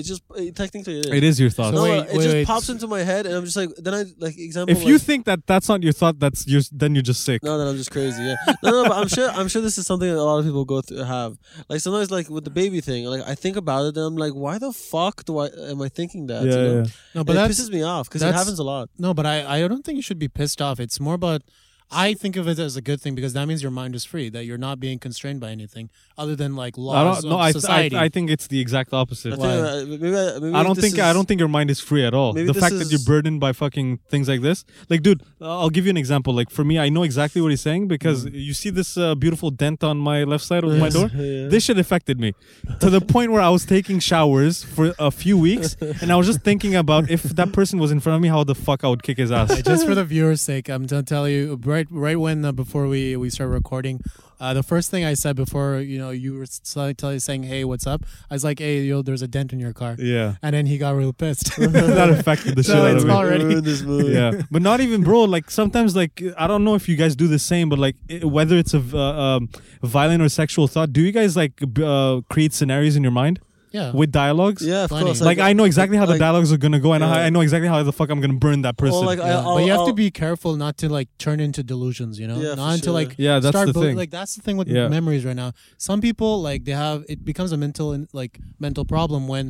S3: It just it, technically it is.
S1: It is your thoughts.
S3: No,
S2: Wait,
S3: it
S2: wait,
S3: just
S2: wait.
S3: pops into my head, and I'm just like, then I like example.
S1: if you
S3: like-
S1: think that that's not your thought, that's your then you're just sick.
S3: no, then I'm just crazy. Yeah, no, no, but I'm sure. I'm sure this is something that a lot of people go through. Have like sometimes like with the baby thing, like I think about it, and I'm like, why the fuck do I am I thinking that?
S1: yeah,
S3: you know?
S1: yeah.
S2: No,
S3: But
S2: but
S3: it
S2: that's
S3: pisses me off because it
S2: that's-
S3: happens a lot.
S2: No, but I, I don't think you should be pissed off. It's more about I think of it as a good thing because that means your mind is free, that you're not being constrained by anything other than like
S1: I
S2: laws
S1: don't. No,
S2: of
S1: I, I,
S2: Oh, society.
S1: I think it's the exact opposite.
S3: I think,
S2: Why?
S3: uh, maybe I, maybe
S1: I don't
S3: this
S1: think
S3: is-
S1: I don't think your mind is free at all.
S3: Maybe
S1: The
S3: this
S1: fact that you're
S3: is-
S1: burdened by fucking things like this, like, dude, uh, I'll give you an example. Like for me, I know exactly what he's saying because you see this uh, beautiful dent on my left side of my
S3: Yes.
S1: door.
S3: Mm. Yeah.
S1: This shit affected me to the point where I was taking showers for a few weeks, and I was just thinking about if that person was in front of me, how the fuck I would kick his ass.
S2: Just for the viewers' sake, I'm gonna tell you right right when uh, before we we start recording, uh, the first thing I said before you know you were s- slightly tell you saying hey what's up, I was like hey yo there's a dent in your car,
S1: yeah,
S2: and then he got real pissed.
S1: that affected the shit
S2: No,
S1: out
S2: it's
S1: of me.
S2: not already.
S3: Ruined this movie.
S1: yeah but not even bro like sometimes like i don't know if you guys do the same but like it, whether it's a v- uh, um, violent or sexual thought do you guys like b- uh, create scenarios in your mind
S2: yeah,
S1: with dialogues
S3: Yeah, of
S2: Funny.
S3: course.
S1: like i know exactly how the
S3: like-
S1: dialogues are gonna go and I,
S3: Yeah.
S1: I know exactly how the fuck i'm gonna burn that person
S3: Or like
S2: Yeah.
S3: I, I'll,
S2: but you have
S3: I'll-
S2: to be careful not to like turn into delusions, you know,
S3: Yeah, for
S2: not to
S3: sure.
S2: like
S1: yeah that's
S2: start
S1: the
S2: building-
S1: thing
S2: Like that's the thing with
S1: Yeah.
S2: memories right now. Some people like they have it becomes a mental and like mental problem when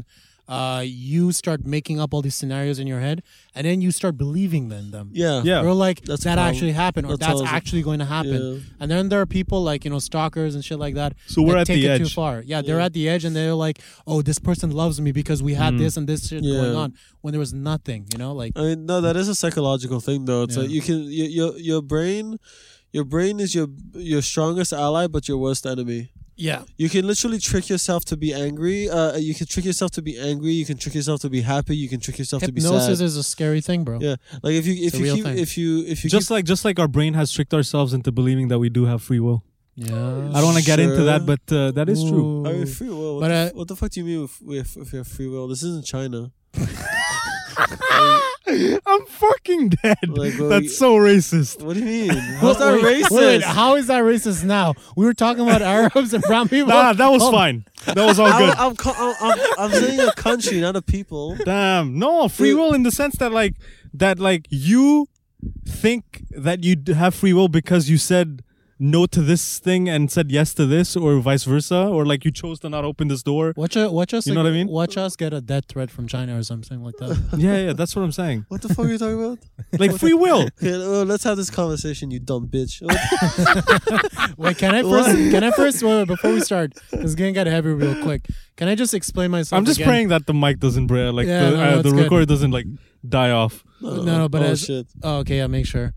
S2: uh you start making up all these scenarios in your head and then you start believing in them.
S3: Yeah.
S1: yeah
S2: Or like
S3: That's a
S2: that
S3: problem.
S2: actually happened or
S3: That's
S2: that's
S3: always a-
S2: actually going to happen.
S3: Yeah.
S2: And then there are people like, you know, stalkers and shit like that.
S1: So we're
S2: that
S1: at
S2: take
S1: the
S2: it too
S1: edge.
S2: far. Yeah, they're
S3: Yeah.
S2: at the edge and they're like, Oh, this person loves me because we had
S1: Mm.
S2: this and this shit
S3: Yeah. Uh,
S2: going on when there was nothing, you know, like
S3: I mean, no, that is a psychological thing, though. It's
S2: Yeah.
S3: like you can your, your your brain, your brain is your your strongest ally, but your worst enemy.
S2: Yeah.
S3: You can literally trick yourself to be angry. Uh, you can trick yourself to be angry. You can trick yourself to be happy. You can trick yourself to be
S2: Hypnosis
S3: sad.
S2: is a scary thing, bro.
S3: yeah, like if you if
S2: It's a
S3: you
S2: real
S3: keep,
S2: thing.
S3: if you if you
S1: just like just like our brain has tricked ourselves into believing that we do have free will
S2: yeah.
S1: i don't want to get into
S3: Sure.
S1: that but uh, that is true
S3: keep, I mean,
S2: Ooh.
S3: free will. What,
S2: But,
S3: the,
S2: uh,
S3: f- what the fuck do you mean with with if you have free will? This isn't China.
S1: i'm fucking dead
S3: Like, well, you-
S1: that's so racist
S3: What do you mean? How's that
S2: Wait,
S3: racist?
S2: wait, how is that racist now? We were talking about Arabs and brown people.
S1: nah that was
S2: Oh,
S1: fine that was all good
S3: I'm, I'm, co- I'm, I'm, I'm saying a country, not a people.
S1: Damn. No, free
S3: Dude.
S1: will in the sense that like that like you think that you d- have free will because you said no to this thing and said yes to this or vice versa or like you chose to not open this door.
S2: Watch, u- watch us.
S1: You know
S2: like-
S1: what I mean?
S2: Watch us get a death threat from China or something like that.
S1: yeah, yeah, that's what I'm saying.
S3: What the fuck are you talking about?
S1: Like free will.
S3: Okay, well, let's have this conversation, you dumb bitch.
S2: Wait, can I
S3: What?
S2: first? Can I first? Wait, wait, before we start, this is gonna get heavy real quick. Can I just explain myself?
S1: I'm just
S2: again?
S1: praying that the mic doesn't break like
S2: Yeah,
S1: the,
S2: no,
S1: uh,
S2: that's
S1: the
S2: good.
S1: record doesn't like die off.
S2: No, no, but
S3: oh,
S2: as-
S3: shit.
S2: Oh, okay, yeah, make sure.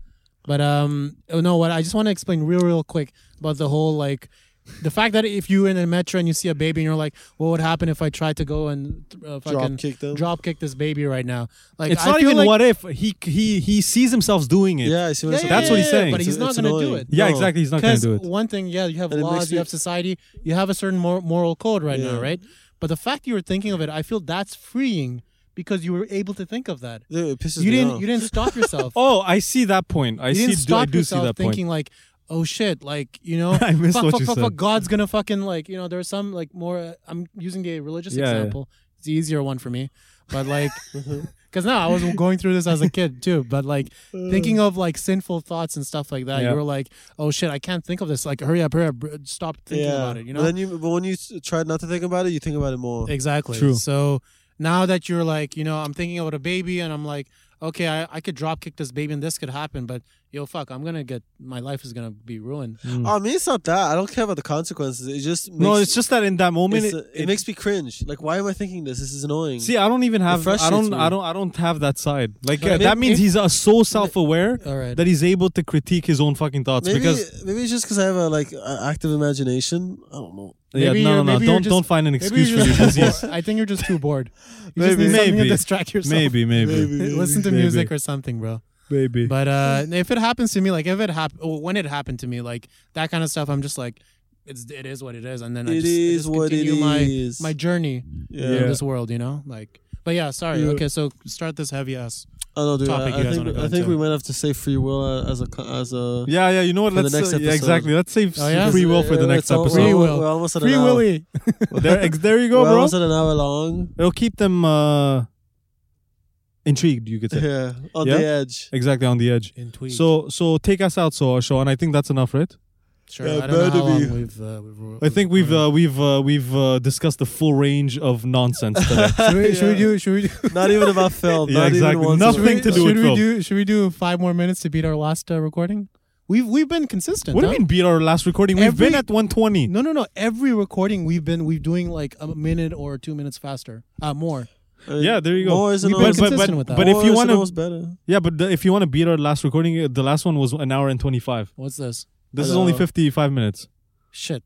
S2: But um, oh, no, what I just want to explain real, real quick about the whole like, the fact that if you're in a metro and you see a baby and you're like, what would happen if I tried to go and uh, fucking
S3: Drop kick them.
S2: drop kick this baby right now? Like,
S1: It's
S2: I
S1: not
S2: feel
S1: even
S2: like,
S1: what if he he he sees himself doing it.
S3: Yeah, I see what
S2: Yeah,
S3: you're
S2: yeah,
S1: That's
S2: yeah,
S1: what he's
S2: yeah,
S1: saying.
S2: But he's
S3: It's-
S2: not
S3: it's
S2: gonna do
S3: annoying.
S2: it.
S1: Yeah,
S3: No.
S1: exactly. He's not gonna
S2: Because
S1: do it.
S2: one thing, yeah, you have
S3: And it makes
S2: laws, you
S3: me-
S2: have society, you have a certain mor- moral code right now,
S3: Yeah.
S2: right? But the fact you were thinking of it, I feel that's freeing because you were able to think of that.
S3: Dude, it pisses
S2: You
S3: me
S2: didn't,
S3: off.
S2: you didn't stop yourself.
S1: Oh, I see that point. I
S2: you
S1: see
S2: didn't
S1: do,
S2: stop
S1: I do see
S2: yourself
S1: that point.
S2: thinking like, oh shit, like you know,
S1: I missed
S2: fuck,
S1: what
S2: fuck,
S1: you
S2: fuck,
S1: said.
S2: fuck, God's gonna fucking like you know. There's some like more. Uh, I'm using a religious
S1: Yeah, Mm-hmm. yeah.
S2: example. It's the easier one for me, but like Because now I was going through this as a kid too, but like thinking of like sinful thoughts and stuff like that,
S1: Uh. Yeah.
S2: you were like, "Oh shit, I can't think of this. Like, hurry up, hurry up, br- stop thinking about it." You know,
S3: But then you, but when you s- try not to think about it, you think about it more.
S2: Exactly.
S1: True.
S2: So now that you're like, you know, I'm thinking about a baby and I'm like, okay, I, I could drop kick this baby and this could happen, but yo, fuck, I'm gonna get my life is gonna be ruined.
S1: Mm.
S3: I mean, it's not that. I don't care about the consequences. It just makes,
S1: no, it's just that in that moment,
S3: it's-
S1: it,
S3: it, makes me cringe. Like, why am I thinking this? This is annoying.
S1: See, I don't even have. I
S3: frustrates
S1: don't.
S3: me.
S1: I don't. I don't have that side. Like
S2: But
S1: uh,
S2: if-
S1: that means
S2: if-
S1: he's uh, so self-aware
S2: All right.
S1: that he's able to critique his own fucking thoughts.
S3: maybe
S1: because
S3: maybe it's just because I have a like a active imagination. I don't know.
S1: yeah,
S2: Maybe
S1: no, no,
S2: you're-
S1: no.
S2: maybe you're
S1: Don't
S2: just-
S1: don't find an
S2: Maybe
S1: excuse
S2: you're
S1: for your
S2: just too
S1: disease.
S2: bored. I think you're just too bored. You just
S1: Maybe.
S2: need something to
S1: Maybe.
S2: distract yourself.
S1: Maybe, maybe,
S2: Listen to
S1: Maybe.
S2: music or something, bro.
S1: maybe.
S2: But uh, if it happens to me, like if it happened, when it happened to me, like that kind of stuff, I'm just like, it's it is what it is, and then I
S3: It
S2: just, I
S3: is
S2: just
S3: what it
S2: continue my
S3: is.
S2: my journey
S3: Yeah.
S2: in
S1: Yeah.
S2: this world, you know, like. But yeah, sorry.
S1: Yeah.
S2: Okay, so start this heavy ass.
S3: I don't know, dude.
S2: Topic
S3: I,
S2: you
S3: I
S2: guys
S3: think
S2: wanna go
S3: I think
S2: into.
S3: we might have to say free will uh, as a co- as a
S1: yeah, yeah. You know what?
S3: For the
S1: Let's
S3: next
S1: uh, yeah,
S3: episode.
S1: exactly. Let's save
S2: Oh, yeah?
S1: free will for the next
S3: It's all-
S1: episode.
S2: Free
S3: We're,
S2: will.
S3: we're almost at
S2: Free
S3: an hour.
S2: Willy.
S1: there, ex- there you go,
S3: We're
S1: bro.
S3: almost at an hour long.
S1: It'll keep them uh, intrigued. You could say
S3: Yeah, on
S1: Yeah?
S3: the edge.
S1: exactly on the edge.
S2: In tweet.
S1: So, so take us out, so Sean. I think that's enough, right?
S2: sure.
S3: Yeah,
S2: I don't know
S3: better
S2: how long
S3: be.
S2: we've, uh, we've.
S1: I think we've uh, we've uh, we've uh, discussed the full range of nonsense today.
S2: should, we, should we
S3: Yeah.
S2: do? Should we do?
S3: uh, Not even about film.
S1: Yeah,
S3: not
S1: exactly.
S3: Even once
S1: Nothing
S3: about
S1: to
S3: film.
S1: do with
S2: should we
S1: film.
S2: do? Should we do five more minutes to beat our last uh, recording? We've we've been consistent.
S1: What do
S2: huh?
S1: you mean beat our last recording? We've
S2: Every-
S1: been at 120.
S2: No, no, no. Every recording we've been we've doing like a minute or two minutes faster, uh, more.
S3: I mean,
S1: Yeah, there you go.
S3: More isn't
S2: We've been
S3: always,
S1: but-
S2: consistent with that.
S1: but if
S3: more
S1: you
S3: isn't
S1: wanna-
S3: always better.
S1: Yeah, but the, if you want to beat our last recording, uh, the last one was an hour and 25.
S2: What's this? Oh,
S1: This is
S3: Hello.
S1: only 55 minutes.
S2: Shit.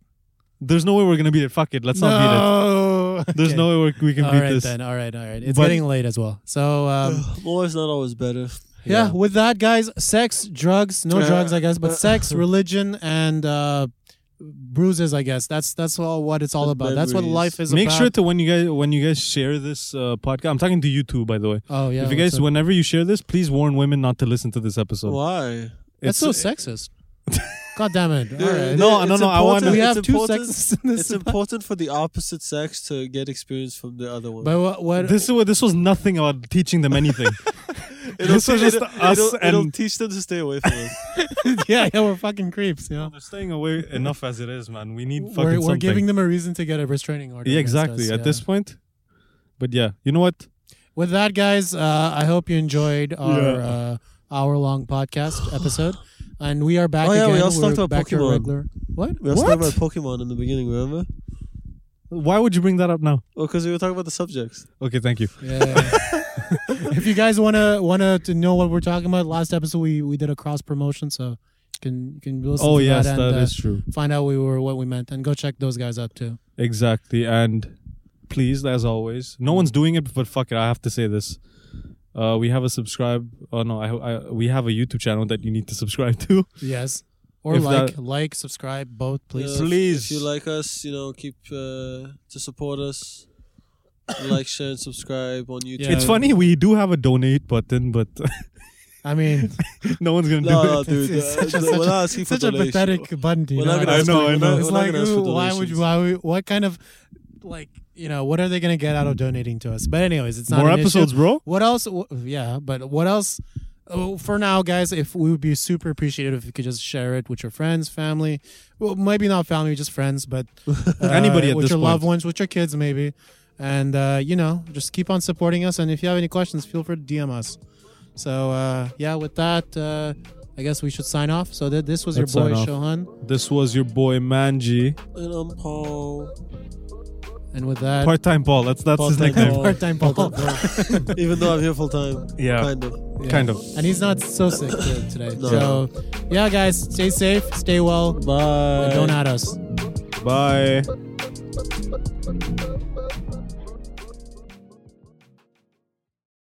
S1: There's no way we're gonna beat it. Fuck it. Let's not
S2: no.
S1: beat it. There's no way we're, we can
S2: All
S1: beat
S2: right
S1: this.
S2: then. All right. All right. It's
S1: But-
S2: getting late as well. So um,
S3: More is not always better.
S2: yeah. with that, guys, sex, drugs, no
S3: Uh,
S2: drugs, I guess, but
S3: uh,
S2: sex, religion, and uh, bruises. I guess that's that's all what it's all
S3: And
S2: about. That's what
S3: memories.
S2: life is.
S1: Make
S2: about.
S1: sure to when you guys when you guys share this uh, podcast. I'm talking to you too, by the way.
S2: oh yeah.
S1: if you guys,
S2: so-
S1: whenever you share this, please warn women not to listen to this episode.
S3: Why?
S2: that's so
S1: It's-
S2: sexist. God damn it. All right.
S1: no, no,
S3: it's
S1: no, I wanna-
S3: important-
S2: we
S3: it's
S2: have two
S3: important-
S2: sexists in
S3: It's
S2: this.
S3: important for the opposite sex to get experience from the other one.
S2: But what? what
S1: This is what this was nothing about teaching them anything. this was just us
S3: it'll,
S1: and
S3: it'll teach them to stay away from us.
S2: yeah, yeah, we're fucking creeps. You know.
S1: they're staying away enough as it is, man. We need fucking
S2: we're, we're
S1: something.
S2: giving them a reason to get a restraining order.
S1: yeah,
S2: against
S1: exactly.
S2: us,
S1: At
S2: yeah.
S1: this point, but yeah, you know what?
S2: with that, guys, uh, I hope you enjoyed our
S1: Yeah.
S2: uh, hour-long podcast episode, and we are back
S3: Oh, yeah,
S2: again.
S3: we also
S2: We're
S3: talked about
S2: back your
S3: Pokemon.
S2: regular. What?
S3: We also talked about Pokemon in the beginning, remember?
S1: Why would you bring that up now?
S3: Well, because we were talking about the subjects.
S1: Okay, thank you.
S2: Yeah. if you guys wanna wanna to know what we're talking about, last episode we, we did a cross promotion, so you can you can listen.
S1: oh
S2: to
S1: yes,
S2: that,
S1: that
S2: and,
S1: is
S2: uh,
S1: true.
S2: Find out we were what we meant, and go check those guys up too.
S1: Exactly, and please, as always, no one's doing it, but fuck it, I have to say this. Uh, we have a subscribe. Oh no, I, I we have a YouTube channel that you need to subscribe to.
S2: Yes. Or
S1: If
S2: like,
S1: that-
S2: like, subscribe, both, please.
S3: Yeah, if-
S1: Please.
S3: Uh, If you like us, you know, keep uh, to support us. like, share, and subscribe on YouTube.
S2: Yeah.
S1: It's funny we do have a donate button, but
S2: I mean,
S1: no one's gonna
S3: No,
S1: do
S3: no,
S1: it.
S3: dude.
S2: It's
S3: uh,
S2: such a-
S3: we're
S2: such a-
S3: not asking for
S2: such a
S3: donation.
S2: pathetic button. do you
S3: We're not
S2: know?
S3: gonna
S1: I
S3: ask
S1: know,
S3: for-
S1: I
S3: we're
S1: know.
S3: not-
S2: It's
S3: we're not
S2: like,
S3: gonna ask for
S2: ooh, why would you?
S3: donations.
S2: Why? would- What kind of, like, you know, what are they gonna get out of donating to us? But anyways, it's not
S1: More
S2: an issue.
S1: episodes, bro.
S2: What else? wh- Yeah, but what else? Oh, for now, guys, if we would be super appreciative if you could just share it with your friends, family. Well, maybe not family, just friends, but uh,
S1: Anybody at
S2: with
S1: this
S2: your loved
S1: point.
S2: ones, with your kids, maybe. And uh, you know, just keep on supporting us. And if you have any questions, feel free to DM us. So uh, yeah, with that, uh, I guess we should sign off. So th- this was
S1: Let's
S2: your boy
S1: sign off.
S2: Shohan.
S1: This was your boy Manji,
S3: And I'm Paul.
S2: And with that,
S1: part-time Paul. That's that's his
S3: Part-time
S1: nickname.
S3: Paul.
S2: part-time Paul.
S3: Even though I'm here full time.
S1: Yeah.
S3: Kind of.
S2: Yeah.
S1: Kind of.
S2: And he's not so sick uh, today.
S3: No.
S2: So, yeah, guys, stay safe, stay well,
S3: Bye.
S2: and don't at us.
S1: Bye.